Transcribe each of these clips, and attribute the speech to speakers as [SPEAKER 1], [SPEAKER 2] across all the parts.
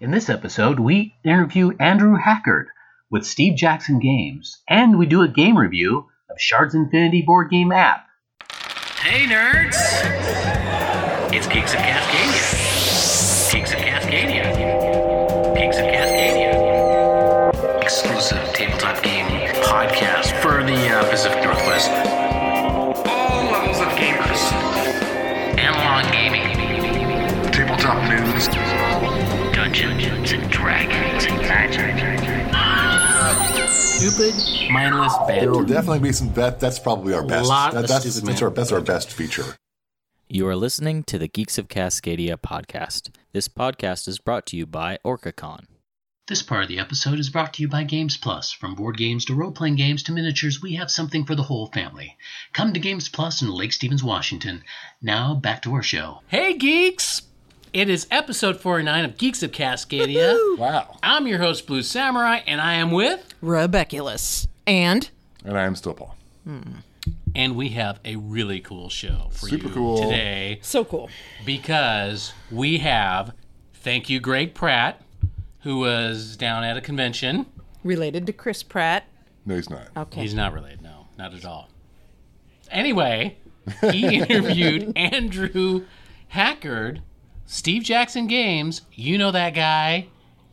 [SPEAKER 1] In this episode, we interview Andrew Hackard with Steve Jackson Games, and we do a game review of Shards Infinity board game app. Hey, nerds! It's Geeks of Cascadia. Geeks of Cascadia. Geeks of Cascadia. Exclusive tabletop game podcast for the uh, Pacific Northwest. All levels of gamers. Analog gaming.
[SPEAKER 2] Tabletop news.
[SPEAKER 1] Dungeons and Dragons and Magic. Stupid, mindless
[SPEAKER 2] There will
[SPEAKER 1] banter.
[SPEAKER 2] definitely be some. That that's probably our best.
[SPEAKER 3] Lot
[SPEAKER 2] That-
[SPEAKER 3] of
[SPEAKER 2] that's
[SPEAKER 3] stupid
[SPEAKER 2] that's
[SPEAKER 3] man.
[SPEAKER 2] our that's our best feature.
[SPEAKER 4] You are listening to the Geeks of Cascadia podcast. This podcast is brought to you by OrcaCon.
[SPEAKER 1] This part of the episode is brought to you by Games Plus. From board games to role playing games to miniatures, we have something for the whole family. Come to Games Plus in Lake Stevens, Washington. Now back to our show.
[SPEAKER 3] Hey, geeks! It is episode 49 of Geeks of Cascadia.
[SPEAKER 2] Wow.
[SPEAKER 3] I'm your host, Blue Samurai, and I am with,
[SPEAKER 5] Rebeculous. And
[SPEAKER 2] And I am still Paul.
[SPEAKER 3] and we have a really cool show for
[SPEAKER 2] Super
[SPEAKER 3] you
[SPEAKER 2] cool.
[SPEAKER 3] today
[SPEAKER 5] so cool.
[SPEAKER 3] because we have, thank you, Greg Pratt, who was down at a convention.
[SPEAKER 5] Related to Chris Pratt.
[SPEAKER 2] No, he's not.
[SPEAKER 5] Okay.
[SPEAKER 3] He's not related, no, not at all. Anyway, he interviewed Andrew Hackard, Steve Jackson Games. You know that guy.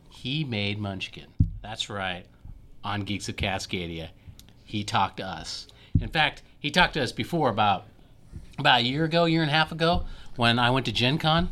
[SPEAKER 3] He made Munchkin. That's right. On Geeks of Cascadia, he talked to us. In fact, he talked to us before about about a year ago, year and a half ago, when I went to Gen Con.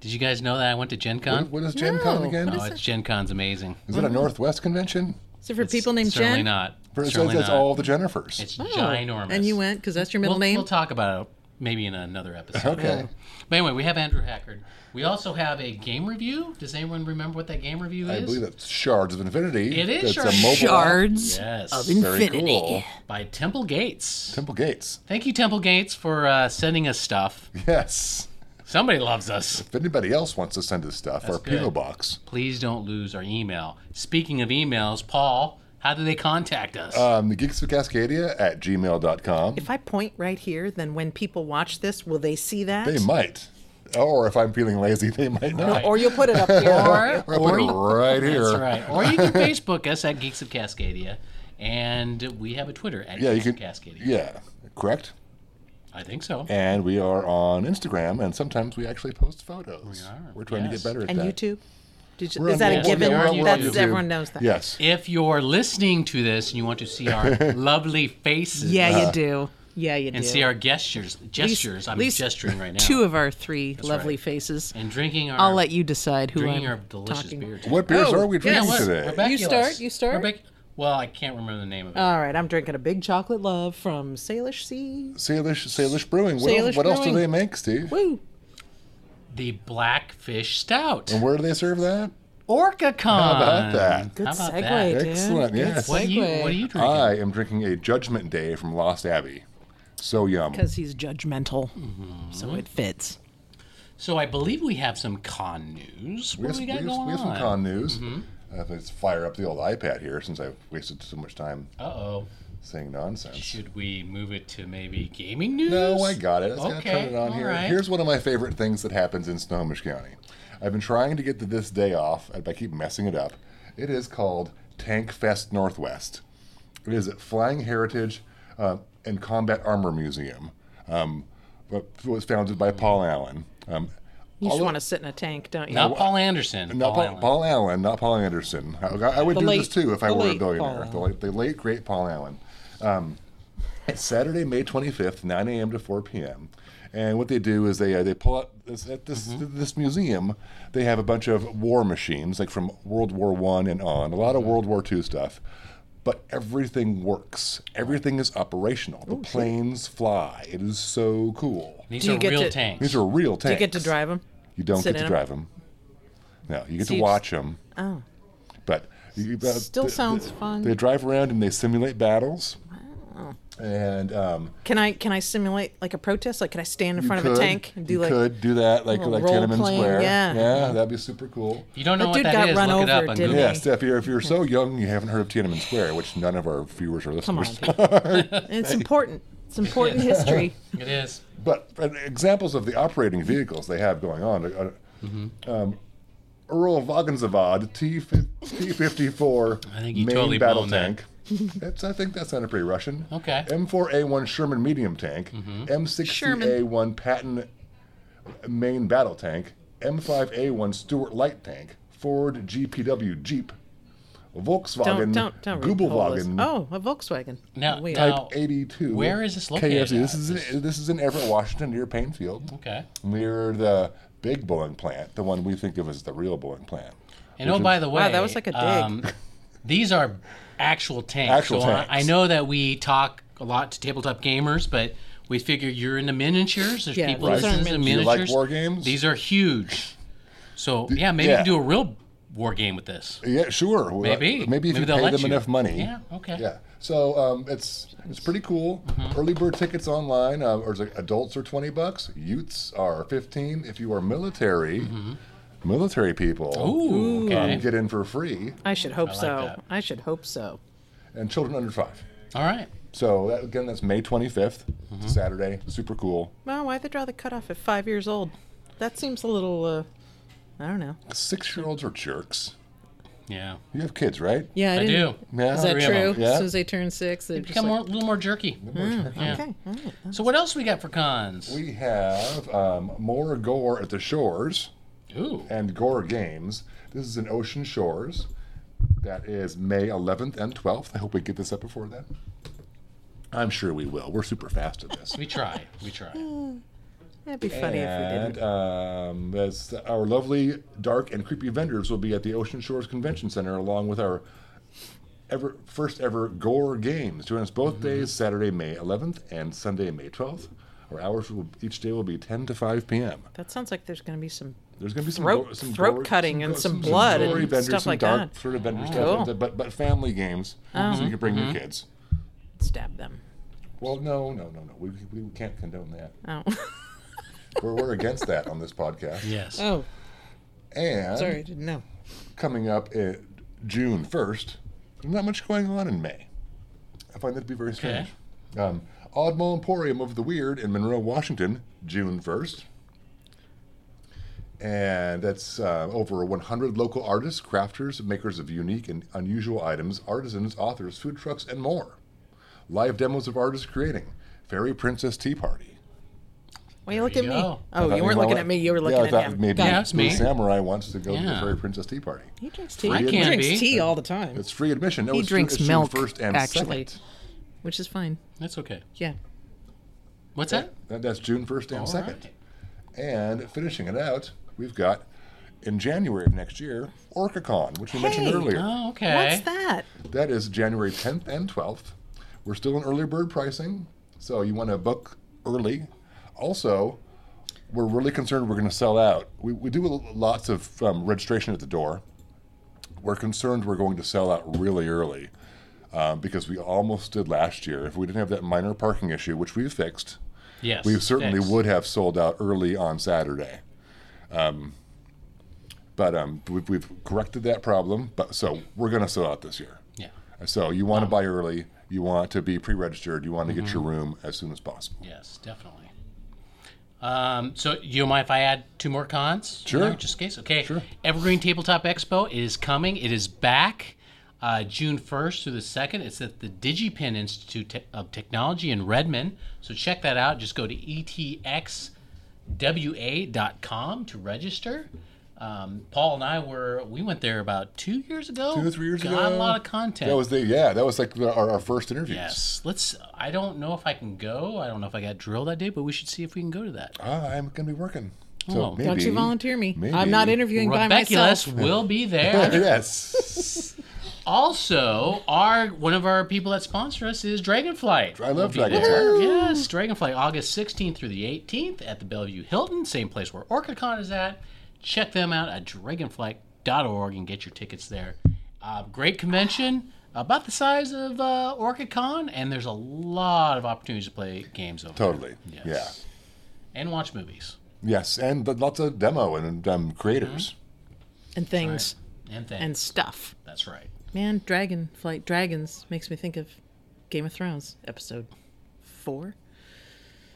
[SPEAKER 3] Did you guys know that I went to Gen Con?
[SPEAKER 2] What is Gen Con
[SPEAKER 5] No.
[SPEAKER 2] again?
[SPEAKER 3] Oh, it's Gen Con's amazing.
[SPEAKER 2] Is it a Northwest convention?
[SPEAKER 5] So for people named
[SPEAKER 3] Certainly
[SPEAKER 5] Jen,
[SPEAKER 3] not.
[SPEAKER 2] For- It's,
[SPEAKER 3] Certainly
[SPEAKER 2] it's
[SPEAKER 3] not.
[SPEAKER 2] all the Jennifers.
[SPEAKER 3] It's
[SPEAKER 5] Oh,
[SPEAKER 3] ginormous.
[SPEAKER 5] and you went because that's your middle
[SPEAKER 3] we'll,
[SPEAKER 5] name.
[SPEAKER 3] We'll talk about it maybe in another episode.
[SPEAKER 2] okay.
[SPEAKER 3] But anyway, we have Andrew Hackard. We also have a game review. Does anyone remember what that game review is?
[SPEAKER 2] I believe it's Shards of Infinity.
[SPEAKER 3] It is
[SPEAKER 2] It's
[SPEAKER 3] Shards.
[SPEAKER 2] a mobile app.
[SPEAKER 5] Shards
[SPEAKER 3] Yes.
[SPEAKER 5] of
[SPEAKER 2] Very
[SPEAKER 5] Infinity.
[SPEAKER 2] cool.
[SPEAKER 3] By Temple Gates.
[SPEAKER 2] Temple Gates.
[SPEAKER 3] Thank you, Temple Gates, for uh, sending us stuff.
[SPEAKER 2] Yes.
[SPEAKER 3] Somebody loves us.
[SPEAKER 2] If anybody else wants to send us stuff, our
[SPEAKER 3] good.
[SPEAKER 2] PO box.
[SPEAKER 3] Please don't lose our email. Speaking of emails, Paul, how do they contact us?
[SPEAKER 2] Um, the Geeks of Cascadia at gmail.com.
[SPEAKER 5] If I point right here, then when people watch this, will they see that?
[SPEAKER 2] They might. Or if I'm feeling lazy, they might not.
[SPEAKER 5] Or you'll put it up here.
[SPEAKER 3] or,
[SPEAKER 2] I put it right
[SPEAKER 3] That's
[SPEAKER 2] here.
[SPEAKER 3] right. Or you can Facebook us at Geeks of Cascadia, and we have a Twitter at
[SPEAKER 2] Yeah, you
[SPEAKER 3] Geeks
[SPEAKER 2] can.
[SPEAKER 3] of Cascadia.
[SPEAKER 2] Yeah, correct.
[SPEAKER 3] I think so.
[SPEAKER 2] And we are on Instagram, and sometimes we actually post photos. We are. We're trying
[SPEAKER 3] yes.
[SPEAKER 2] to get better at
[SPEAKER 5] And
[SPEAKER 2] that.
[SPEAKER 5] YouTube. Did you,
[SPEAKER 2] We're
[SPEAKER 5] is
[SPEAKER 2] on
[SPEAKER 5] that
[SPEAKER 2] YouTube.
[SPEAKER 5] a given?
[SPEAKER 3] Yeah, we're on
[SPEAKER 5] That's
[SPEAKER 3] YouTube.
[SPEAKER 5] everyone knows that.
[SPEAKER 2] Yes.
[SPEAKER 3] If you're listening to this and you want to see our lovely faces
[SPEAKER 5] Yeah,
[SPEAKER 2] Uh-huh.
[SPEAKER 5] you do. Yeah, you do.
[SPEAKER 3] and see our gestures, gestures, I'm
[SPEAKER 5] least
[SPEAKER 3] gesturing right now.
[SPEAKER 5] Two of our three lovely faces.
[SPEAKER 3] and drinking our
[SPEAKER 5] I'll let you decide who
[SPEAKER 3] drinking our
[SPEAKER 5] I'm
[SPEAKER 3] delicious
[SPEAKER 5] talking.
[SPEAKER 3] beer. too.
[SPEAKER 2] What beers
[SPEAKER 5] Oh,
[SPEAKER 2] are we drinking
[SPEAKER 5] yes.
[SPEAKER 3] What?
[SPEAKER 2] today?
[SPEAKER 3] Rebeculous.
[SPEAKER 5] start, you start? Oh.
[SPEAKER 3] Rebecca- well, I can't remember the name of it.
[SPEAKER 5] All right, I'm drinking a big chocolate love from Salish Sea.
[SPEAKER 2] Salish, Salish Brewing. What,
[SPEAKER 5] Salish
[SPEAKER 2] else, what else do
[SPEAKER 5] Brewing.
[SPEAKER 2] they make, Steve?
[SPEAKER 5] Woo!
[SPEAKER 3] the Blackfish Stout.
[SPEAKER 2] And where do they serve that?
[SPEAKER 3] OrcaCon.
[SPEAKER 2] How about that?
[SPEAKER 5] Good
[SPEAKER 3] How about
[SPEAKER 5] segue,
[SPEAKER 3] that?
[SPEAKER 5] dude.
[SPEAKER 2] Excellent,
[SPEAKER 5] Good
[SPEAKER 2] yes.
[SPEAKER 3] What are you,
[SPEAKER 5] segue.
[SPEAKER 3] what are you drinking?
[SPEAKER 2] I am drinking a Judgment Day from Lost Abbey. So yum.
[SPEAKER 5] because he's judgmental, so
[SPEAKER 2] Mm-hmm.
[SPEAKER 5] it fits.
[SPEAKER 3] so I believe we have some con news. What
[SPEAKER 2] have
[SPEAKER 3] do we
[SPEAKER 2] some-
[SPEAKER 3] got
[SPEAKER 2] have,
[SPEAKER 3] going
[SPEAKER 2] we have some
[SPEAKER 3] on? Mm-hmm.
[SPEAKER 2] con news. I have to fire up the old iPad here since I've wasted so much time
[SPEAKER 3] Uh-oh.
[SPEAKER 2] saying nonsense.
[SPEAKER 3] Should we move it to maybe gaming news?
[SPEAKER 2] No, I got it. I was going to
[SPEAKER 3] Okay,
[SPEAKER 2] turn it on
[SPEAKER 3] all
[SPEAKER 2] here.
[SPEAKER 3] right.
[SPEAKER 2] Here's one of my favorite things that happens in Snohomish County. I've been trying to get to this day off, and I keep messing it up. It is called Tank Fest Northwest. It is at Flying Heritage uh, and Combat Armor Museum. Um, but it was founded by Paul Allen. Um,
[SPEAKER 5] You just
[SPEAKER 2] Although-
[SPEAKER 5] want to sit in a tank, don't you?
[SPEAKER 3] Not Paul Anderson.
[SPEAKER 2] not Paul,
[SPEAKER 3] Allen.
[SPEAKER 2] Paul Allen, not Paul Anderson. I, I would
[SPEAKER 5] The
[SPEAKER 2] do
[SPEAKER 5] late-
[SPEAKER 2] this too if I
[SPEAKER 5] the
[SPEAKER 2] were a
[SPEAKER 5] late Paul
[SPEAKER 2] billionaire.
[SPEAKER 5] Allen.
[SPEAKER 2] The late, the late great Paul Allen. Um, it's Saturday, May 25th, 9 a.m. to 4 p.m. And what they do is they uh, they pull out this, at this
[SPEAKER 5] Mm-hmm.
[SPEAKER 2] this museum. They have a bunch of war machines, like from World War One and on, a
[SPEAKER 5] Mm-hmm.
[SPEAKER 2] lot of World War Two stuff. But everything works. Everything is operational. The
[SPEAKER 5] Oh,
[SPEAKER 2] planes fly. It is so cool.
[SPEAKER 3] These
[SPEAKER 5] Do you
[SPEAKER 3] are
[SPEAKER 5] get
[SPEAKER 3] real
[SPEAKER 5] to-
[SPEAKER 3] tanks.
[SPEAKER 2] These are real tanks.
[SPEAKER 5] You get to drive him.
[SPEAKER 2] You don't
[SPEAKER 5] Sit
[SPEAKER 2] get to
[SPEAKER 5] in 'em?
[SPEAKER 2] drive them. No, you get
[SPEAKER 5] So
[SPEAKER 2] to
[SPEAKER 5] you
[SPEAKER 2] watch them. Oh. But you, but
[SPEAKER 5] Still
[SPEAKER 2] Uh, th-
[SPEAKER 5] sounds
[SPEAKER 2] th-
[SPEAKER 5] fun.
[SPEAKER 2] They drive around and they simulate battles. And um,
[SPEAKER 5] Can I can I simulate like a protest? Like, can I stand in
[SPEAKER 2] you
[SPEAKER 5] front
[SPEAKER 2] could,
[SPEAKER 5] of a tank and do
[SPEAKER 2] you
[SPEAKER 5] like?
[SPEAKER 2] could do that like
[SPEAKER 5] little
[SPEAKER 2] like
[SPEAKER 5] role
[SPEAKER 2] Tiananmen
[SPEAKER 5] playing,
[SPEAKER 2] Square.
[SPEAKER 5] yeah.
[SPEAKER 2] that'd be super cool.
[SPEAKER 3] You don't know
[SPEAKER 5] That
[SPEAKER 3] what
[SPEAKER 5] dude
[SPEAKER 3] that
[SPEAKER 5] got
[SPEAKER 3] is,
[SPEAKER 5] run
[SPEAKER 3] Look it up
[SPEAKER 5] over,
[SPEAKER 3] on
[SPEAKER 5] didn't
[SPEAKER 3] Google.
[SPEAKER 5] he?
[SPEAKER 2] Yeah, Steph, you're, if you're so young, you haven't heard of Tiananmen Square, which none of our viewers or
[SPEAKER 5] Come on,
[SPEAKER 2] listeners
[SPEAKER 5] people. it's important. It's important history.
[SPEAKER 3] It is.
[SPEAKER 2] but, but examples of the operating vehicles they have going on. Uh, um, Earl Vogelsavad T fifty four
[SPEAKER 3] I think you
[SPEAKER 2] main
[SPEAKER 3] totally
[SPEAKER 2] battle
[SPEAKER 3] blown that.
[SPEAKER 2] tank. That's I think that sounded pretty Russian.
[SPEAKER 3] Okay. Mm-hmm.
[SPEAKER 2] M four A one Sherman medium tank. M sixty A one Patton main battle tank. M five A one Stuart light tank. Ford GPW Jeep. Volkswagen
[SPEAKER 5] Don't don't don't read
[SPEAKER 2] Gubelwagen.
[SPEAKER 5] Polis. Oh, a Volkswagen.
[SPEAKER 3] Now-
[SPEAKER 5] Weird.
[SPEAKER 3] now-
[SPEAKER 2] Type 82.
[SPEAKER 3] Where is this located
[SPEAKER 2] KFC. This
[SPEAKER 3] at?
[SPEAKER 2] is in, this is in Everett, Washington, near Payne Field,
[SPEAKER 3] Okay.
[SPEAKER 2] near the big Boeing plant, the one we think of as the real Boeing plant.
[SPEAKER 3] And oh, by the way, um,
[SPEAKER 5] Wow, that was like a dig.
[SPEAKER 2] um,
[SPEAKER 3] these are actual tanks.
[SPEAKER 2] Actual
[SPEAKER 3] so I-
[SPEAKER 2] tanks.
[SPEAKER 3] I know that we talk a lot to tabletop gamers, but we figure you're into miniatures. There's
[SPEAKER 5] Yeah,
[SPEAKER 3] people
[SPEAKER 5] these are
[SPEAKER 3] listening to
[SPEAKER 2] Do you
[SPEAKER 3] miniatures.
[SPEAKER 2] like war games?
[SPEAKER 3] These are huge. So yeah, maybe you
[SPEAKER 2] yeah.
[SPEAKER 3] can do a real war game with this.
[SPEAKER 2] Yeah, sure. Well,
[SPEAKER 3] Maybe.
[SPEAKER 2] Maybe if
[SPEAKER 3] Maybe
[SPEAKER 2] you
[SPEAKER 3] they'll
[SPEAKER 2] pay
[SPEAKER 3] let
[SPEAKER 2] them
[SPEAKER 3] you.
[SPEAKER 2] enough money.
[SPEAKER 3] Yeah. Okay. Mm-hmm.
[SPEAKER 2] Yeah. So um, it's it's pretty cool. Early bird tickets online, uh, or is it adults are twenty bucks. Youths are fifteen. If you are military, military people
[SPEAKER 3] Mm-hmm. Ooh.
[SPEAKER 2] um,
[SPEAKER 3] Okay.
[SPEAKER 2] get in for free,
[SPEAKER 5] I should hope so.
[SPEAKER 3] that.
[SPEAKER 5] I should hope so.
[SPEAKER 2] and children under five.
[SPEAKER 3] All right.
[SPEAKER 2] So that, again, that's May twenty
[SPEAKER 3] Mm-hmm.
[SPEAKER 2] Saturday. Super cool.
[SPEAKER 5] Well, why they draw the cutoff at five years old? That seems a little. Uh, I don't know.
[SPEAKER 2] Six year olds are jerks.
[SPEAKER 3] Yeah.
[SPEAKER 2] You have kids, right?
[SPEAKER 5] Yeah, I,
[SPEAKER 3] I
[SPEAKER 5] didn't.
[SPEAKER 3] do.
[SPEAKER 2] Yeah.
[SPEAKER 5] Is that
[SPEAKER 3] Three of
[SPEAKER 5] true?
[SPEAKER 3] 'em.
[SPEAKER 2] Yeah.
[SPEAKER 5] As soon as they turn six, they just
[SPEAKER 3] Become
[SPEAKER 5] like,
[SPEAKER 3] more, a little more jerky. Yeah.
[SPEAKER 5] okay. all right.
[SPEAKER 3] So what else we got for cons?
[SPEAKER 2] We have um, more gore at the shores.
[SPEAKER 3] Ooh.
[SPEAKER 2] and Gore Games. This is in Ocean Shores. That is May 11th and 12th. I hope we get this up before then. I'm sure we will. We're super fast at this.
[SPEAKER 3] We try. We try.
[SPEAKER 5] That'd be funny if we
[SPEAKER 2] and
[SPEAKER 5] didn't.
[SPEAKER 2] um, that's our lovely dark and creepy vendors will be at the Ocean Shores Convention Center along with our ever first ever Gore Games. Join us
[SPEAKER 5] Mm-hmm.
[SPEAKER 2] both days, Saturday, May 11th and Sunday, May 12th. Our hours will, each day will be 10 to 5 p.m.
[SPEAKER 5] That sounds like there's going to be some.
[SPEAKER 2] There's going to be some
[SPEAKER 5] Throat-
[SPEAKER 2] gore- some
[SPEAKER 5] throat
[SPEAKER 2] gore-
[SPEAKER 5] cutting
[SPEAKER 2] some
[SPEAKER 5] and
[SPEAKER 2] go-
[SPEAKER 5] some blood
[SPEAKER 2] gory
[SPEAKER 5] and
[SPEAKER 2] vendors,
[SPEAKER 5] stuff
[SPEAKER 2] some
[SPEAKER 5] like
[SPEAKER 2] dark
[SPEAKER 5] that.
[SPEAKER 2] Sort of vendor
[SPEAKER 5] Cool. Oh. Mm-hmm.
[SPEAKER 2] stuff, but but family games, so you can bring your kids.
[SPEAKER 5] Stab them.
[SPEAKER 2] Well, no, no, no, no. We, we, we can't condone that.
[SPEAKER 5] Oh.
[SPEAKER 2] We're, we're against that on this podcast.
[SPEAKER 3] Yes.
[SPEAKER 5] oh,
[SPEAKER 2] And
[SPEAKER 5] sorry, I didn't know.
[SPEAKER 2] coming up in June first, there's not much going on in May. I find that to be very strange. Um, Oddmall Emporium of the Weird in Monroe, Washington, June first. And that's uh, over 100 local artists, crafters, makers of unique and unusual items, artisans, authors, food trucks, and more. Live demos of artists creating. Fairy Princess Tea Party.
[SPEAKER 5] Why you look
[SPEAKER 3] you
[SPEAKER 5] at me?
[SPEAKER 3] go.
[SPEAKER 5] Oh,
[SPEAKER 2] Thought
[SPEAKER 5] you weren't
[SPEAKER 2] might
[SPEAKER 5] looking
[SPEAKER 2] like-
[SPEAKER 5] at me. You were
[SPEAKER 2] Yeah,
[SPEAKER 5] looking
[SPEAKER 2] I thought
[SPEAKER 5] at him.
[SPEAKER 2] Maybe
[SPEAKER 5] Got it.
[SPEAKER 3] Yeah, that's
[SPEAKER 2] Blue
[SPEAKER 3] me.
[SPEAKER 2] Samurai wants to go to the
[SPEAKER 3] Yeah.
[SPEAKER 2] Fairy Princess Tea Party.
[SPEAKER 5] He drinks tea.
[SPEAKER 3] I
[SPEAKER 5] he
[SPEAKER 3] can't
[SPEAKER 5] drinks
[SPEAKER 3] be.
[SPEAKER 5] tea all the time,
[SPEAKER 2] It's free admission. No,
[SPEAKER 5] He
[SPEAKER 2] it's June-
[SPEAKER 5] drinks
[SPEAKER 2] it's June
[SPEAKER 5] milk,
[SPEAKER 2] first and
[SPEAKER 5] actually.
[SPEAKER 2] second.
[SPEAKER 5] which is fine.
[SPEAKER 3] That's okay.
[SPEAKER 5] Yeah.
[SPEAKER 3] What's that?
[SPEAKER 2] That- That's June first and
[SPEAKER 3] All
[SPEAKER 2] second.
[SPEAKER 3] right.
[SPEAKER 2] And finishing it out, we've got in January of next year OrcaCon, which we mentioned
[SPEAKER 5] Hey. ah,
[SPEAKER 2] earlier.
[SPEAKER 3] Oh, okay.
[SPEAKER 5] What's that?
[SPEAKER 2] That is January 10th and 12th. We're still in early bird pricing, so you want to book early. Also, we're really concerned we're going to sell out. We, we do l- lots of um, registration at the door. We're concerned we're going to sell out really early um, because we almost did last year. If we didn't have that minor parking issue, which we fixed,
[SPEAKER 3] Yes.
[SPEAKER 2] we certainly
[SPEAKER 3] thanks.
[SPEAKER 2] would have sold out early on Saturday. Um, but um, we've, we've corrected that problem. But so we're going to sell out this year.
[SPEAKER 3] Yeah.
[SPEAKER 2] So you
[SPEAKER 3] Oh.
[SPEAKER 2] want to buy early. You want to be pre-registered. You want to
[SPEAKER 3] Mm-hmm.
[SPEAKER 2] get your room as soon as possible.
[SPEAKER 3] Yes, definitely. Um, so you don't mind if I add two more cons?
[SPEAKER 2] Sure.
[SPEAKER 3] No, just in case. Okay. Sure. Evergreen Tabletop Expo is coming. It is back uh, June 1st through the 2nd. It's at the DigiPen Institute Te- of Technology in Redmond. So check that out. Just go to E etxwa.com to register. Um, Paul and I were we went there about two years ago.
[SPEAKER 2] Two or three years
[SPEAKER 3] Got a
[SPEAKER 2] ago.
[SPEAKER 3] lot of content.
[SPEAKER 2] That was the yeah. That was like the, our, our first interviews.
[SPEAKER 3] Yes. Let's. I don't know if I can go. I don't know if I got drilled that day, but we should see if we can go to that.
[SPEAKER 2] Ah, I'm gonna be working. So
[SPEAKER 3] Oh.
[SPEAKER 2] maybe,
[SPEAKER 5] Don't you volunteer me?
[SPEAKER 2] maybe.
[SPEAKER 5] I'm not interviewing by
[SPEAKER 3] Rebeculous
[SPEAKER 5] myself.
[SPEAKER 3] will be there.
[SPEAKER 2] yes.
[SPEAKER 3] also, our one of our people that sponsor us is Dragonflight.
[SPEAKER 2] I love
[SPEAKER 3] We'll be
[SPEAKER 2] Dragonflight.
[SPEAKER 3] there. Yes, Dragonflight, August 16th through the 18th at the Bellevue Hilton, same place where OrcaCon is at. Check them out at dragonflight.org and get your tickets there. Uh, great convention, about the size of uh, OrcaCon, and there's a lot of opportunities to play games over there.
[SPEAKER 2] Totally. Yeah.
[SPEAKER 3] Yes. and watch movies
[SPEAKER 2] Yes, and but lots of demo and um,
[SPEAKER 3] Mm-hmm.
[SPEAKER 2] creators.
[SPEAKER 5] And things.
[SPEAKER 3] and things.
[SPEAKER 5] And stuff.
[SPEAKER 3] That's right.
[SPEAKER 5] Man, dragon flight dragons makes me think of Game of Thrones episode four.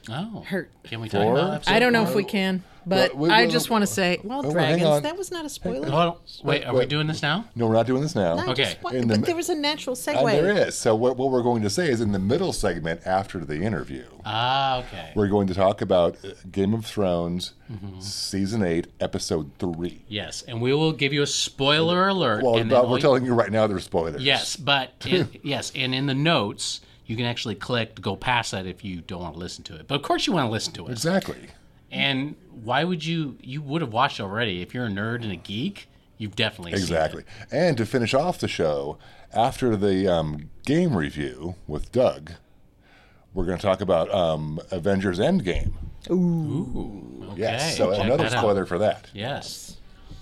[SPEAKER 3] Oh.
[SPEAKER 5] Hurt.
[SPEAKER 3] Can we talk
[SPEAKER 2] Four?
[SPEAKER 3] about episode
[SPEAKER 5] I don't know
[SPEAKER 3] four?
[SPEAKER 5] if we can, but
[SPEAKER 2] Well, we-
[SPEAKER 5] I
[SPEAKER 2] well,
[SPEAKER 5] just want to say, well,
[SPEAKER 2] well, hang on.
[SPEAKER 5] dragons. That was not a spoiler.
[SPEAKER 3] Hold on. Wait, are we
[SPEAKER 2] Wait.
[SPEAKER 3] doing this now?
[SPEAKER 2] No, we're not doing this now.
[SPEAKER 5] I just
[SPEAKER 3] Okay.
[SPEAKER 5] want-
[SPEAKER 2] In the
[SPEAKER 5] but
[SPEAKER 2] mi-
[SPEAKER 5] there was a natural
[SPEAKER 2] Uh,
[SPEAKER 5] segue.
[SPEAKER 2] there is. So what, what we're going to say is in the middle segment after the interview,
[SPEAKER 3] Ah, okay.
[SPEAKER 2] we're going to talk about uh, Game of Thrones, season eight, episode three.
[SPEAKER 3] Yes, Mm-hmm. and we will give you a spoiler alert.
[SPEAKER 2] Well,
[SPEAKER 3] and then
[SPEAKER 2] but
[SPEAKER 3] all
[SPEAKER 2] we're
[SPEAKER 3] you-
[SPEAKER 2] telling you right now they're spoilers.
[SPEAKER 3] Yes, but it, yes, and in the notes you can actually click to go past that if you don't want to listen to it. But of course you want to listen to it.
[SPEAKER 2] Exactly.
[SPEAKER 3] And why would you? You would have watched already. If you're a nerd and a geek, you've definitely seen it.
[SPEAKER 2] Exactly. And to finish off the show, after the um, game review with Doug, we're going to talk about um, Avengers Endgame.
[SPEAKER 3] Ooh, okay.
[SPEAKER 2] Yes. so
[SPEAKER 3] check
[SPEAKER 2] another
[SPEAKER 3] that out.
[SPEAKER 2] spoiler for that.
[SPEAKER 3] Yes.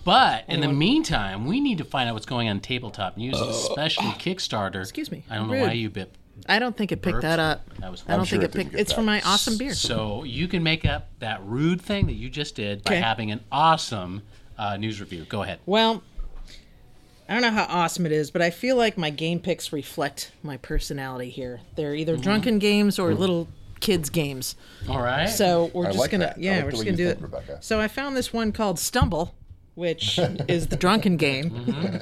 [SPEAKER 3] But in the meantime, we need to find out what's going on tabletop news,
[SPEAKER 2] Uh,
[SPEAKER 3] especially Kickstarter.
[SPEAKER 5] Excuse me.
[SPEAKER 3] I don't know
[SPEAKER 5] Rude.
[SPEAKER 3] why you bit.
[SPEAKER 5] I don't think it picked that up.
[SPEAKER 3] That was
[SPEAKER 5] I don't
[SPEAKER 2] sure it
[SPEAKER 5] think it
[SPEAKER 2] didn't
[SPEAKER 5] picked.
[SPEAKER 2] get
[SPEAKER 5] It's
[SPEAKER 2] that.
[SPEAKER 5] for my awesome beer.
[SPEAKER 3] So you can make up that rude thing that you just did by
[SPEAKER 5] Okay.
[SPEAKER 3] having an awesome uh, news review. Go ahead.
[SPEAKER 5] Well, I don't know how awesome it is, but I feel like my game picks reflect my personality here. They're either
[SPEAKER 3] Mm-hmm.
[SPEAKER 5] drunken games or little kids games.
[SPEAKER 3] All right.
[SPEAKER 5] So we're
[SPEAKER 2] I
[SPEAKER 5] just
[SPEAKER 2] like
[SPEAKER 5] gonna
[SPEAKER 2] that. I
[SPEAKER 5] yeah,
[SPEAKER 2] like the
[SPEAKER 5] we're just
[SPEAKER 2] way you
[SPEAKER 5] gonna
[SPEAKER 2] think,
[SPEAKER 5] do it.
[SPEAKER 2] Rebecca.
[SPEAKER 5] So I found this one called Stumble, which is the drunken game,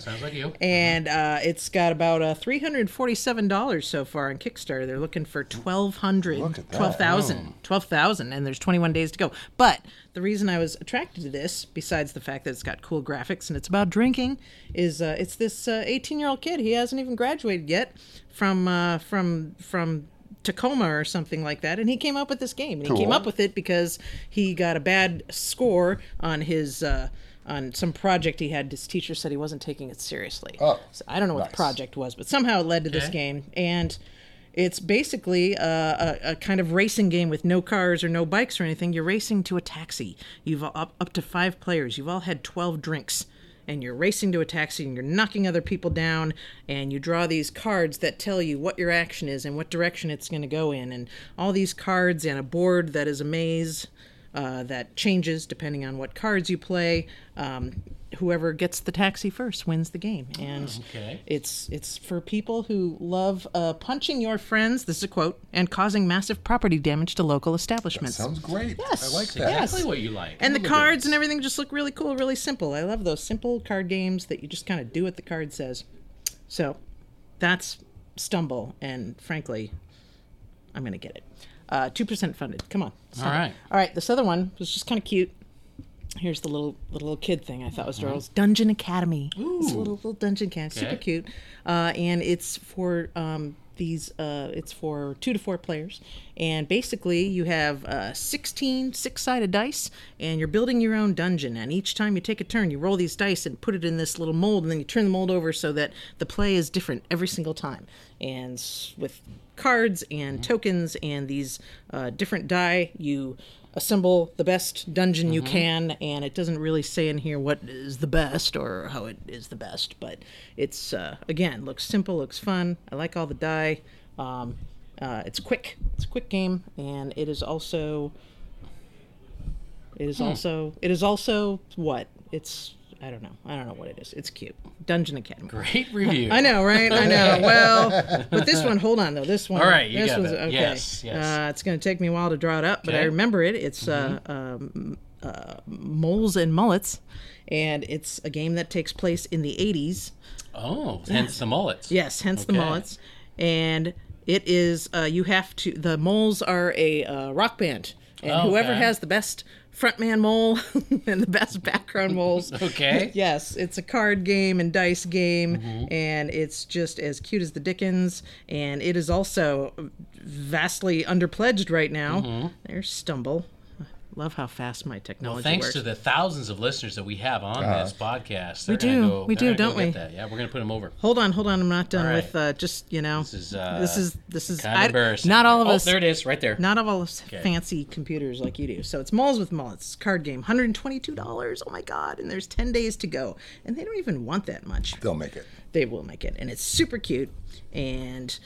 [SPEAKER 3] sounds like you.
[SPEAKER 5] and uh, it's got about uh, three hundred forty-seven dollars so far on Kickstarter. They're looking for twelve hundred,
[SPEAKER 2] Look at that. Hmm.
[SPEAKER 5] twelve thousand, twelve thousand, and there's twenty-one days to go. But the reason I was attracted to this, besides the fact that it's got cool graphics and it's about drinking, is uh, it's this eighteen-year-old kid. He hasn't even graduated yet from uh, from from. Tacoma or something like that, and he came up with this game, and he came
[SPEAKER 2] Cool.
[SPEAKER 5] up with it because he got a bad score on his uh, on some project he had. His teacher said he wasn't taking it seriously.
[SPEAKER 2] Oh,
[SPEAKER 5] So I don't know what
[SPEAKER 2] nice.
[SPEAKER 5] the project was, but somehow it led to this
[SPEAKER 3] Okay.
[SPEAKER 5] game. And it's basically a, a, a kind of racing game with no cars or no bikes or anything. You're racing to a taxi. You've all- up, up to five players. You've all had 12 drinks. And you're racing to a taxi and you're knocking other people down. And you draw these cards that tell you what your action is and what direction it's going to go in. And all these cards and a board that is a maze uh, that changes depending on what cards you play. Um, whoever gets the taxi first wins the game, and
[SPEAKER 3] Oh, okay.
[SPEAKER 5] it's it's for people who love uh, punching your friends. This is a quote and causing massive property damage to local establishments.
[SPEAKER 2] Sounds great.
[SPEAKER 5] Yes.
[SPEAKER 2] I like that.
[SPEAKER 5] Yes.
[SPEAKER 3] Exactly what you like.
[SPEAKER 5] and the cards and everything just look really cool, really simple. I love those simple card games that you just kind of do what the card says. So that's Stumble, and frankly, I'm gonna get it. Uh, Two percent funded. Come on.
[SPEAKER 3] All right.
[SPEAKER 5] All right, this other one was just kind of cute. Here's the little the little kid thing I thought was adorable. It's Uh-huh. Dungeon Academy. It's a little, little dungeon cat, super
[SPEAKER 3] Okay.
[SPEAKER 5] cute, uh, and it's for um, these. Uh, it's for two to four players, and basically you have uh, 16 six-sided dice, and you're building your own dungeon. And each time you take a turn, you roll these dice and put it in this little mold, and then you turn the mold over so that the play is different every single time. And s- with cards and tokens and these uh, different die, you assemble the best dungeon you can and it doesn't really say in here what is the best or how it is the best but it's uh, again looks simple looks fun i like all the die um, uh, it's quick it's a quick game and it is also it is also it is also what it's i don't know i don't know what it is it's cute dungeon academy
[SPEAKER 3] Great review.
[SPEAKER 5] I know, right? I know. Well, but this one, hold on though. This one,
[SPEAKER 3] All right, you
[SPEAKER 5] this
[SPEAKER 3] got
[SPEAKER 5] one's
[SPEAKER 3] that.
[SPEAKER 5] okay.
[SPEAKER 3] Yes, yes.
[SPEAKER 5] Uh, it's going to take me a while to draw it up, but I
[SPEAKER 3] Okay. Mm-hmm.
[SPEAKER 5] remember it. It's uh, um, uh, moles and mullets, and it's a game that takes place in the '80s.
[SPEAKER 3] Oh, hence the mullets.
[SPEAKER 5] Yes, hence the
[SPEAKER 3] Okay.
[SPEAKER 5] mullets, and it is uh, you have to. The moles are a uh, rock band, and
[SPEAKER 3] Oh,
[SPEAKER 5] whoever
[SPEAKER 3] okay.
[SPEAKER 5] has the best frontman mole and the best background moles
[SPEAKER 3] Okay.
[SPEAKER 5] Yes, it's a card game and dice game,
[SPEAKER 3] Mm-hmm.
[SPEAKER 5] and it's just as cute as the Dickens. And it is also vastly underpledged right now.
[SPEAKER 3] Mm-hmm.
[SPEAKER 5] There's Stumble. Love how fast my technology
[SPEAKER 3] Thanks
[SPEAKER 5] works.
[SPEAKER 3] to the thousands of listeners that we have on this podcast, we
[SPEAKER 5] do.
[SPEAKER 3] Go,
[SPEAKER 5] We
[SPEAKER 3] they're
[SPEAKER 5] do,
[SPEAKER 3] gonna go
[SPEAKER 5] don't
[SPEAKER 3] get
[SPEAKER 5] we?
[SPEAKER 3] That. Yeah, we're gonna put them over.
[SPEAKER 5] Hold on, hold on. I'm not done
[SPEAKER 3] All right.
[SPEAKER 5] with uh, just you know. This
[SPEAKER 3] is, uh,
[SPEAKER 5] this is this is
[SPEAKER 3] Kind
[SPEAKER 5] I-
[SPEAKER 3] of embarrassing.
[SPEAKER 5] Not all of
[SPEAKER 3] Oh,
[SPEAKER 5] us.
[SPEAKER 3] There it is, right there.
[SPEAKER 5] Not all of us have fancy computers like you do. So it's Malls with Mullets, it's a card game, $122. Oh my God. And there's 10 days to go. And they don't even want that much.
[SPEAKER 2] They'll make it.
[SPEAKER 5] they will make it and it's super cute and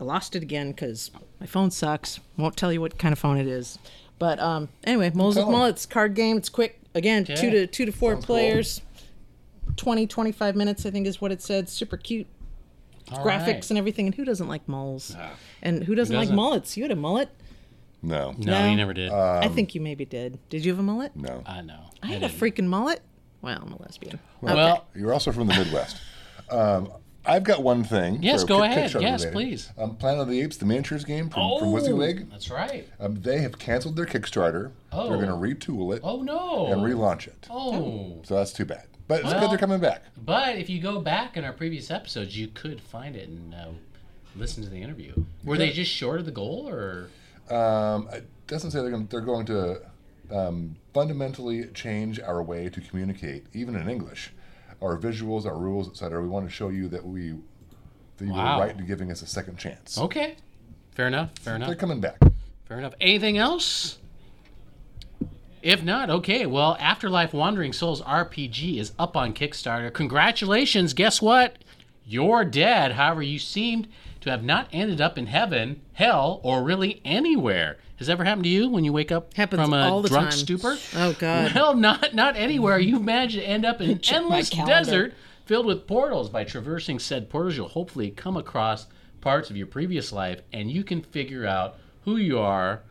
[SPEAKER 5] i lost it again because my phone sucks won't tell you what kind of phone it is but um anyway moles with
[SPEAKER 2] Tell 'em.
[SPEAKER 5] mullets card game it's quick again two to two to four players Twenty twenty-five 20 25 minutes i think is what it said super cute
[SPEAKER 3] All
[SPEAKER 5] graphics
[SPEAKER 3] right.
[SPEAKER 5] and everything and who doesn't like moles and who doesn't, like
[SPEAKER 3] doesn't?
[SPEAKER 5] mullets you had a mullet
[SPEAKER 2] No.
[SPEAKER 3] No, you never did.
[SPEAKER 5] I think you maybe did. Did you have a mullet?
[SPEAKER 2] No.
[SPEAKER 3] Um, I know.
[SPEAKER 5] I had a
[SPEAKER 3] didn't.
[SPEAKER 5] freaking mullet. Well, I'm a lesbian.
[SPEAKER 3] Uh, Well,
[SPEAKER 2] You're also from the Midwest. um, I've got one thing.
[SPEAKER 3] Yes,
[SPEAKER 2] sort of
[SPEAKER 3] go
[SPEAKER 2] Kick-
[SPEAKER 3] ahead.
[SPEAKER 2] Kickstarter
[SPEAKER 3] Yes,
[SPEAKER 2] related.
[SPEAKER 3] please.
[SPEAKER 2] Um, Planet of the Apes, the miniatures game from,
[SPEAKER 3] oh,
[SPEAKER 2] from WYSIWYG.
[SPEAKER 3] That's right.
[SPEAKER 2] Um, they have canceled their Kickstarter.
[SPEAKER 3] Oh.
[SPEAKER 2] They're going to retool it
[SPEAKER 3] Oh no.
[SPEAKER 2] and relaunch it.
[SPEAKER 3] oh.
[SPEAKER 2] So that's too bad. But it's
[SPEAKER 3] Well-
[SPEAKER 2] good they're coming back.
[SPEAKER 3] But if you go back in our previous episodes, you could find it and uh, listen to the interview. Were they just short of the goal, or
[SPEAKER 2] Um, it doesn't say they're going to, they're going to um, fundamentally change our way to communicate, even in English, our visuals, our rules, etc. We want to show you that we that you
[SPEAKER 3] Wow.
[SPEAKER 2] were right to giving us a second chance.
[SPEAKER 3] okay? Fair enough. Fair enough.
[SPEAKER 2] They're coming back.
[SPEAKER 3] Fair enough. Anything else? If not, okay. Well, Afterlife Wandering Souls RPG is up on Kickstarter. Congratulations. Guess what? You're dead. However, you seemed to have not ended up in heaven, hell, or really anywhere. Has that ever happened to you when you wake up
[SPEAKER 5] Happens
[SPEAKER 3] from a
[SPEAKER 5] all the
[SPEAKER 3] drunk
[SPEAKER 5] time.
[SPEAKER 3] stupor?
[SPEAKER 5] Oh, God.
[SPEAKER 3] Well, not not anywhere. You've managed to end up in an
[SPEAKER 6] Check my
[SPEAKER 3] endless
[SPEAKER 6] calendar.
[SPEAKER 3] desert filled with portals. By traversing said portals, you'll hopefully come across parts of your previous life, and you can figure out who you are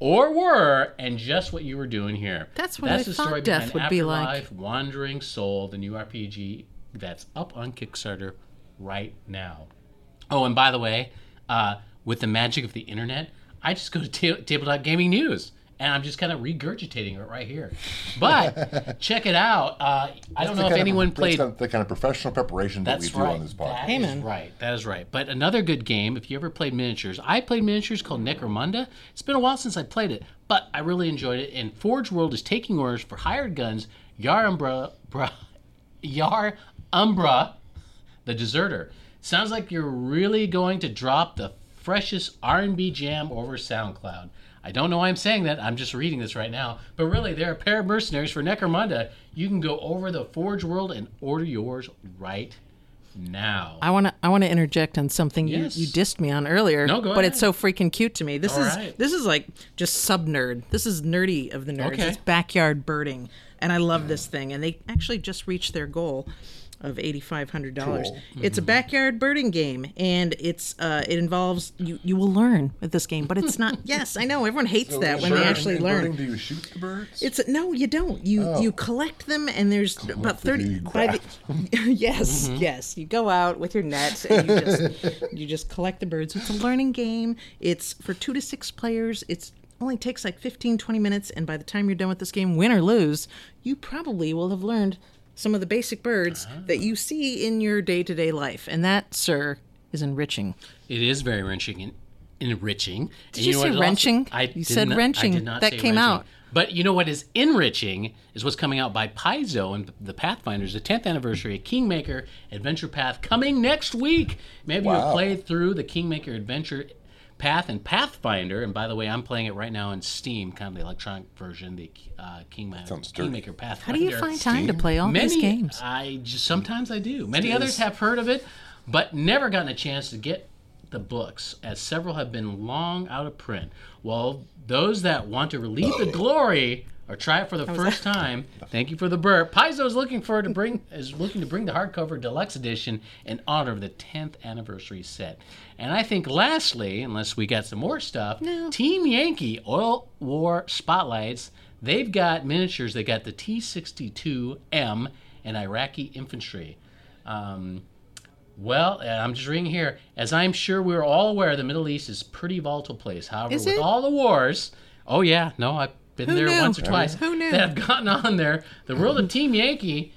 [SPEAKER 3] or were and just what you were doing here.
[SPEAKER 5] That's what I
[SPEAKER 3] the
[SPEAKER 5] thought
[SPEAKER 3] story
[SPEAKER 5] death
[SPEAKER 3] behind
[SPEAKER 5] would be like.
[SPEAKER 3] Afterlife, Wandering Soul, the new RPG that's up on Kickstarter right now. Oh, and by the way, uh, with the magic of the internet, I just go to ta- Tabletop Gaming News. And I'm just kind of regurgitating it right here, but check it out. Uh, I don't know if
[SPEAKER 2] Kind of-
[SPEAKER 3] anyone
[SPEAKER 2] that's
[SPEAKER 3] played
[SPEAKER 2] kind of- the kind of professional preparation that we
[SPEAKER 3] that's
[SPEAKER 2] do
[SPEAKER 3] right.
[SPEAKER 2] on this podcast.
[SPEAKER 3] That
[SPEAKER 5] Hey,
[SPEAKER 3] is
[SPEAKER 5] man.
[SPEAKER 3] right. That is right. But another good game, if you ever played miniatures, I played miniatures called Necromunda. It's been a while since I played it, but I really enjoyed it. And Forge World is taking orders for hired guns, Yar Umbra, Bra, Yar Umbra, the Deserter. Sounds like you're really going to drop the freshest R&B jam over SoundCloud. I don't know why I'm saying that. I'm just reading this right now. But really, they're a pair of mercenaries for Necromunda. You can go over the Forge World and order yours right now.
[SPEAKER 5] I want to I want to interject on something
[SPEAKER 3] Yes.
[SPEAKER 5] you, you dissed me on earlier.
[SPEAKER 3] No, go
[SPEAKER 5] But it's so
[SPEAKER 3] ahead.
[SPEAKER 5] freaking cute to me. This
[SPEAKER 3] All
[SPEAKER 5] is
[SPEAKER 3] right.
[SPEAKER 5] this is like just sub nerd. This is nerdy of the nerds.
[SPEAKER 3] Okay.
[SPEAKER 5] It's backyard birding, and I love this thing. And they actually just reached their goal of eighty five hundred dollars. It's
[SPEAKER 3] Mm-hmm.
[SPEAKER 5] a backyard birding game, and it's uh, it involves you you will learn with this game, but it's not. yes, I know everyone hates that when they
[SPEAKER 2] Birding-
[SPEAKER 5] actually
[SPEAKER 2] in
[SPEAKER 5] learn.
[SPEAKER 2] birding, do you shoot the birds?
[SPEAKER 5] It's no, you don't. You you collect them, and there's about thirty.
[SPEAKER 2] Oh. them, Mm-hmm. you
[SPEAKER 5] By the, yes, yes. You go out with your net, and you just you just collect the birds. It's a learning game. It's for two to six players. It's only takes like 15, 20 minutes, and by the time you're done with this game, win or lose, you probably will have learned some of the basic birds
[SPEAKER 2] Ah.
[SPEAKER 5] that you see in your day to day life, and that, sir, is enriching.
[SPEAKER 3] It is very wrenching and enriching. Did
[SPEAKER 5] you say wrenching?
[SPEAKER 3] I
[SPEAKER 5] You
[SPEAKER 3] did
[SPEAKER 5] said
[SPEAKER 3] not- I
[SPEAKER 5] wrenching.
[SPEAKER 3] did not
[SPEAKER 5] That
[SPEAKER 3] say
[SPEAKER 5] came
[SPEAKER 3] wrenching.
[SPEAKER 5] out.
[SPEAKER 3] But you know what is enriching is what's coming out by Paizo and the Pathfinders, the 10th anniversary of Kingmaker Adventure Path coming next week. Maybe you'll
[SPEAKER 2] Wow.
[SPEAKER 3] play through the Kingmaker Adventure Path and Pathfinder. And by the way, I'm playing it right now in Steam, kind of the electronic version, the uh, Kingmaker,
[SPEAKER 2] sounds dirty.
[SPEAKER 3] Kingmaker Pathfinder.
[SPEAKER 5] How do you find time to play all these games?
[SPEAKER 3] I just, sometimes I do. Many others have heard of it, but never gotten a chance to get the books, as several have been long out of print. Well, those that want to relieve the glory or try it for the first time, thank you for the burp. Paizo is looking for to bring is looking to bring the hardcover deluxe edition in honor of the 10th anniversary set. And I think lastly, unless we got some more stuff, Team Yankee Oil War Spotlights They've got miniatures. They got the T62M and Iraqi infantry. Um, well, uh, I'm just reading here. As I'm sure we're all aware, the Middle East is a pretty volatile place. However,
[SPEAKER 5] Is
[SPEAKER 3] with
[SPEAKER 5] it?
[SPEAKER 3] all the wars, oh yeah, no, I've been there
[SPEAKER 5] knew?
[SPEAKER 3] once or twice.
[SPEAKER 5] Who knew?
[SPEAKER 3] That have gotten on there. The world of Team Yankee.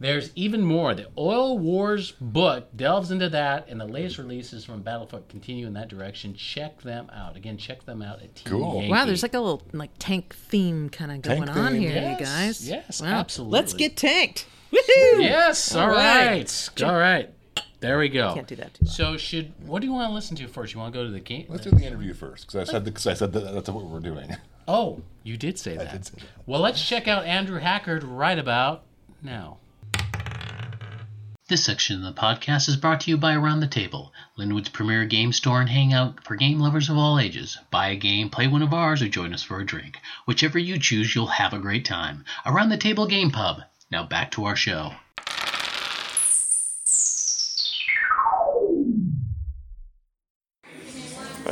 [SPEAKER 3] There's even more. The Oil Wars book delves into that, and the latest releases from Battlefront continue in that direction. Check them out. Again, check them out at Team
[SPEAKER 2] Cool. Wow,
[SPEAKER 3] Yankee.
[SPEAKER 5] Wow, there's like a little like tank theme kind of going
[SPEAKER 2] Tank
[SPEAKER 5] on
[SPEAKER 2] theme.
[SPEAKER 5] here,
[SPEAKER 3] Yes,
[SPEAKER 5] you guys.
[SPEAKER 3] yes,
[SPEAKER 5] Wow. Let's
[SPEAKER 3] absolutely.
[SPEAKER 5] get tanked. Woohoo!
[SPEAKER 3] Yes. All
[SPEAKER 5] right.
[SPEAKER 3] right. All right. There we go.
[SPEAKER 5] Can't do that too loud.
[SPEAKER 3] So should what do you want to listen to first? You want to go to the game?
[SPEAKER 2] Let's do the interview first because I said because I said that, that's what we're doing.
[SPEAKER 3] Oh, you did say that.
[SPEAKER 2] did say that.
[SPEAKER 3] Well, let's check out Andrew Hackard right about now. This section of the podcast is brought to you by Around the Table, Linwood's premier game store and hangout for game lovers of all ages. Buy a game, play one of ours, or join us for a drink. Whichever you choose, you'll have a great time. Around the Table Game Pub. Now back to our show.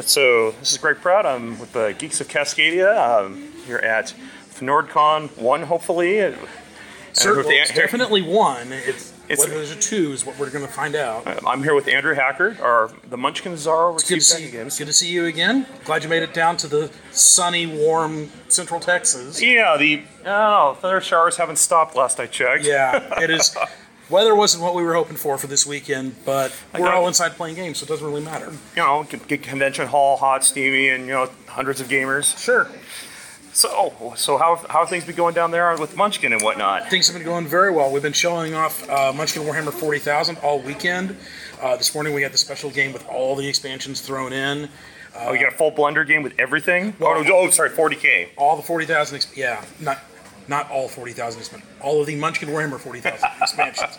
[SPEAKER 6] So this is Greg Pratt. I'm with the Geeks of Cascadia. Um, here at NordCon one, hopefully. And
[SPEAKER 7] Sir,
[SPEAKER 6] with
[SPEAKER 7] well,
[SPEAKER 6] the-
[SPEAKER 7] it's definitely one. It's,
[SPEAKER 6] It's-
[SPEAKER 7] whether there's a two is what we're going to find out.
[SPEAKER 6] I'm here with Andrew Hackard, or the Munchkin czar. with
[SPEAKER 7] It's good to
[SPEAKER 6] Steve
[SPEAKER 7] see you.
[SPEAKER 6] Jackson
[SPEAKER 7] It's good to see you again. Glad you made it down to the sunny, warm Central Texas.
[SPEAKER 6] Yeah, the oh, thunder showers haven't stopped. Last I checked.
[SPEAKER 7] Yeah, it is. Weather wasn't what we were hoping for for this weekend, but we're
[SPEAKER 6] got-
[SPEAKER 7] all inside playing games, so it doesn't really matter.
[SPEAKER 6] you know, con- con- convention hall, hot, steamy, and you know, hundreds of gamers.
[SPEAKER 7] Sure.
[SPEAKER 6] So, oh, so how how have things been going down there with Munchkin and whatnot?
[SPEAKER 7] Things have been going very well. We've been showing off uh, Munchkin Warhammer 40,000 all weekend. Uh, this morning we got the special game with all the expansions thrown in. Uh,
[SPEAKER 6] oh, you got a full blunder game with everything. oh, no, oh, sorry, 40k.
[SPEAKER 7] All the 40,000, exp- yeah, not not all 40,000 expansions, all of the Munchkin Warhammer 40,000 expansions.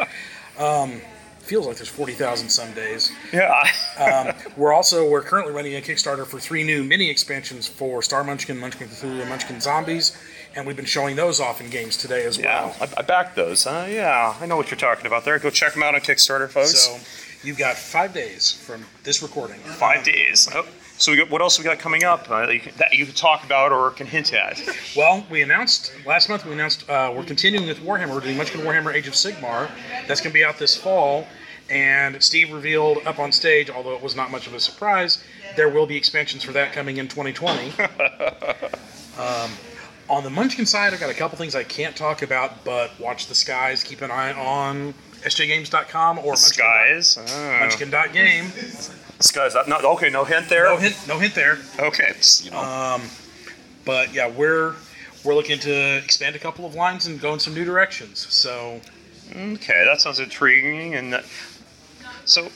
[SPEAKER 7] Um, feels like there's 40,000 some days. Um,
[SPEAKER 6] Yeah.
[SPEAKER 7] We're also we're currently running a Kickstarter for three new mini expansions for Star Munchkin, Munchkin Cthulhu, and Munchkin Zombies, and we've been showing those off in games today as
[SPEAKER 6] Yeah,
[SPEAKER 7] well.
[SPEAKER 6] I, I backed those. Uh, yeah, I know what you're talking about there. Go check them out on Kickstarter, folks.
[SPEAKER 7] So uh, you've got five days from this recording.
[SPEAKER 6] Five days. Oh, so we got, what else we got coming up uh, that, you can, that you can talk about or can hint at?
[SPEAKER 7] Well, we announced last month. We announced uh, we're continuing with Warhammer. We're doing Munchkin Warhammer Age of Sigmar. That's going to be out this fall. And Steve revealed up on stage, although it was not much of a surprise, there will be expansions for that coming in 2020. um, on the Munchkin side, I've got a couple things I can't talk about, but watch the skies. Keep an eye on sjgames.com or Munchkin-
[SPEAKER 6] Skies. Uh,
[SPEAKER 7] Munchkin.game.
[SPEAKER 6] Skies. uh, No, okay, no hint there.
[SPEAKER 7] No hint, no hint there.
[SPEAKER 6] Okay. it's, You know.
[SPEAKER 7] But yeah, we're we're looking to expand a couple of lines and go in some new directions. So
[SPEAKER 6] Okay, that sounds intriguing. And that, so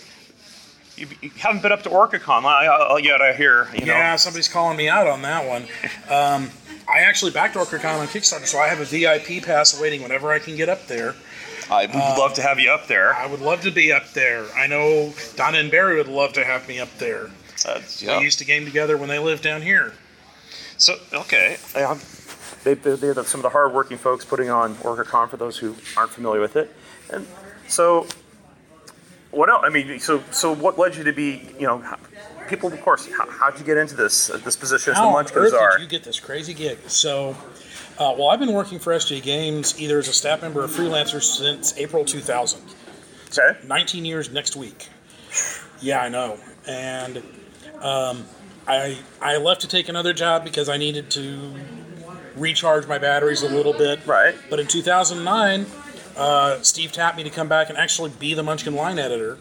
[SPEAKER 6] you, you haven't been up to OrcaCon I, I, yet, I hear. You
[SPEAKER 7] Yeah, somebody's calling me out on that one. Um, I actually backed OrcaCon on Kickstarter, so I have a VIP pass waiting whenever I can get up there.
[SPEAKER 6] know, I would love to have you up there.
[SPEAKER 7] I would love to be up there. I know Donna and Barry would love to have me up there.
[SPEAKER 6] That's-
[SPEAKER 7] We used to game together when they lived down here.
[SPEAKER 6] So okay, um, they, they, they're the- some of the hardworking folks putting on OrcaCon for those who aren't familiar with it. And so, what else? I mean, so so what led you to be you know h- people? Of course, how, how'd you get into this uh, this position as the
[SPEAKER 7] How on
[SPEAKER 6] Munchkins
[SPEAKER 7] earth
[SPEAKER 6] are?
[SPEAKER 7] did you get this crazy gig? So, uh, well, I've been working for SJ Games either as a staff member or freelancer since April 2000.
[SPEAKER 6] Okay.
[SPEAKER 7] 19 years next week. Yeah, I know. And um, I I left to take another job because I needed to recharge my batteries a little bit.
[SPEAKER 6] Right.
[SPEAKER 7] But in 2009, uh, Steve tapped me to come back and actually be the Munchkin line editor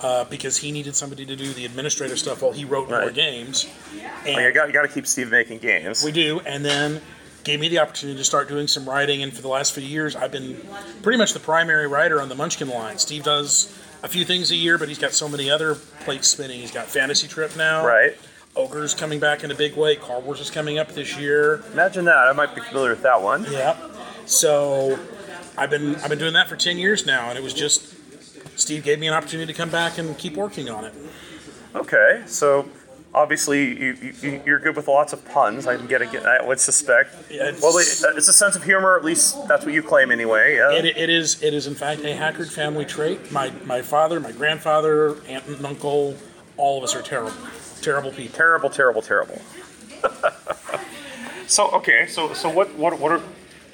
[SPEAKER 7] uh, because he needed somebody to do the administrator stuff while he wrote more
[SPEAKER 6] Right. Oh,
[SPEAKER 7] games. And
[SPEAKER 6] Like, I got you got to keep Steve making games.
[SPEAKER 7] we do, and then gave me the opportunity to start doing some writing. And for the last few years, I've been pretty much the primary writer on the Munchkin line. Steve does a few things a year, but he's got so many other plates spinning. He's got Fantasy Trip now.
[SPEAKER 6] right.
[SPEAKER 7] Ogre's coming back in a big way. Car Wars is coming up this year.
[SPEAKER 6] Imagine that. I might be familiar with that one.
[SPEAKER 7] Yep. So I've been I've been doing that for ten years now, and it was just Steve gave me an opportunity to come back and keep working on it.
[SPEAKER 6] Okay, so obviously you, you, you're good with lots of puns. I can get a, I would suspect.
[SPEAKER 7] Yeah, it's-
[SPEAKER 6] well, uh, it's a sense of humor. At least that's what you claim, anyway. Yeah.
[SPEAKER 7] It, it is it is in fact a Hackard family trait. My my father, my grandfather, aunt and uncle, all of us are terrible, terrible people.
[SPEAKER 6] Terrible, terrible, terrible. so okay, so so what what what are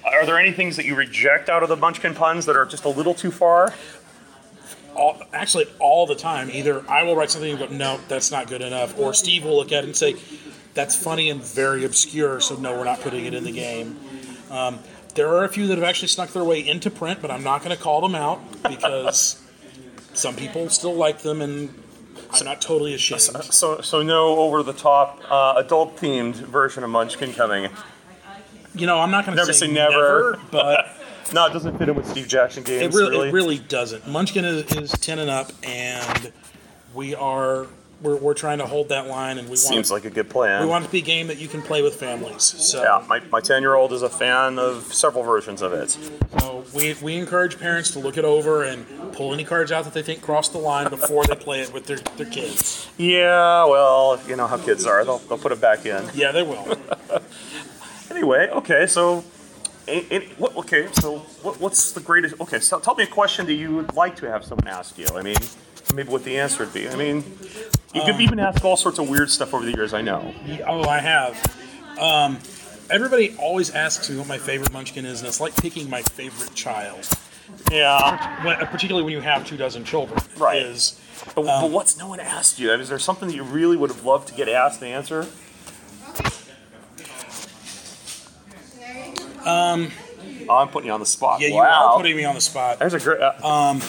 [SPEAKER 6] are there any things that you reject out of the Munchkin puns that are just a little too far?
[SPEAKER 7] All, actually, all the time. Either I will write something and go, no, that's not good enough, or Steve will look at it and say, that's funny and very obscure, so no, we're not putting it in the game. Um, there are a few that have actually snuck their way into print, but I'm not going to call them out because some people still like them, and I'm not totally ashamed.
[SPEAKER 6] So so no over the top uh, adult themed version of Munchkin coming.
[SPEAKER 7] You know, I'm not going to
[SPEAKER 6] Never
[SPEAKER 7] say
[SPEAKER 6] say never.
[SPEAKER 7] never, but.
[SPEAKER 6] No, it doesn't fit in with Steve Jackson
[SPEAKER 7] It
[SPEAKER 6] games.
[SPEAKER 7] really, it really doesn't. Munchkin is, is ten and up, and we are we're, we're trying to hold that line, and we want
[SPEAKER 6] seems like a good plan.
[SPEAKER 7] we want it to be a game that you can play with families. So,
[SPEAKER 6] Yeah, my, my 10 year old is a fan of several versions of it.
[SPEAKER 7] so we we encourage parents to look it over and pull any cards out that they think cross the line before they play it with their, their kids.
[SPEAKER 6] Yeah, well, you know how kids are. They'll, they'll put it back in.
[SPEAKER 7] Yeah, they will.
[SPEAKER 6] Anyway, okay, so. a- a- what, okay, so what, what's the greatest? Okay, so tell me a question that you would like to have someone ask you. I mean, maybe what the answer would be. I mean, you
[SPEAKER 7] Um,
[SPEAKER 6] could even ask all sorts of weird stuff over the years. I know.
[SPEAKER 7] Oh, I have. Um, everybody always asks me what my favorite Munchkin is, and it's like picking my favorite child.
[SPEAKER 6] Yeah.
[SPEAKER 7] When, particularly when you have two dozen children.
[SPEAKER 6] Right.
[SPEAKER 7] Is
[SPEAKER 6] But,
[SPEAKER 7] um,
[SPEAKER 6] but what's no one asked you? I mean, is there something that you really would have loved to get asked and answer? Um. I'm putting you on the spot.
[SPEAKER 7] yeah, you
[SPEAKER 6] wow.
[SPEAKER 7] are putting Um, me on the spot.
[SPEAKER 6] There's a great. Uh,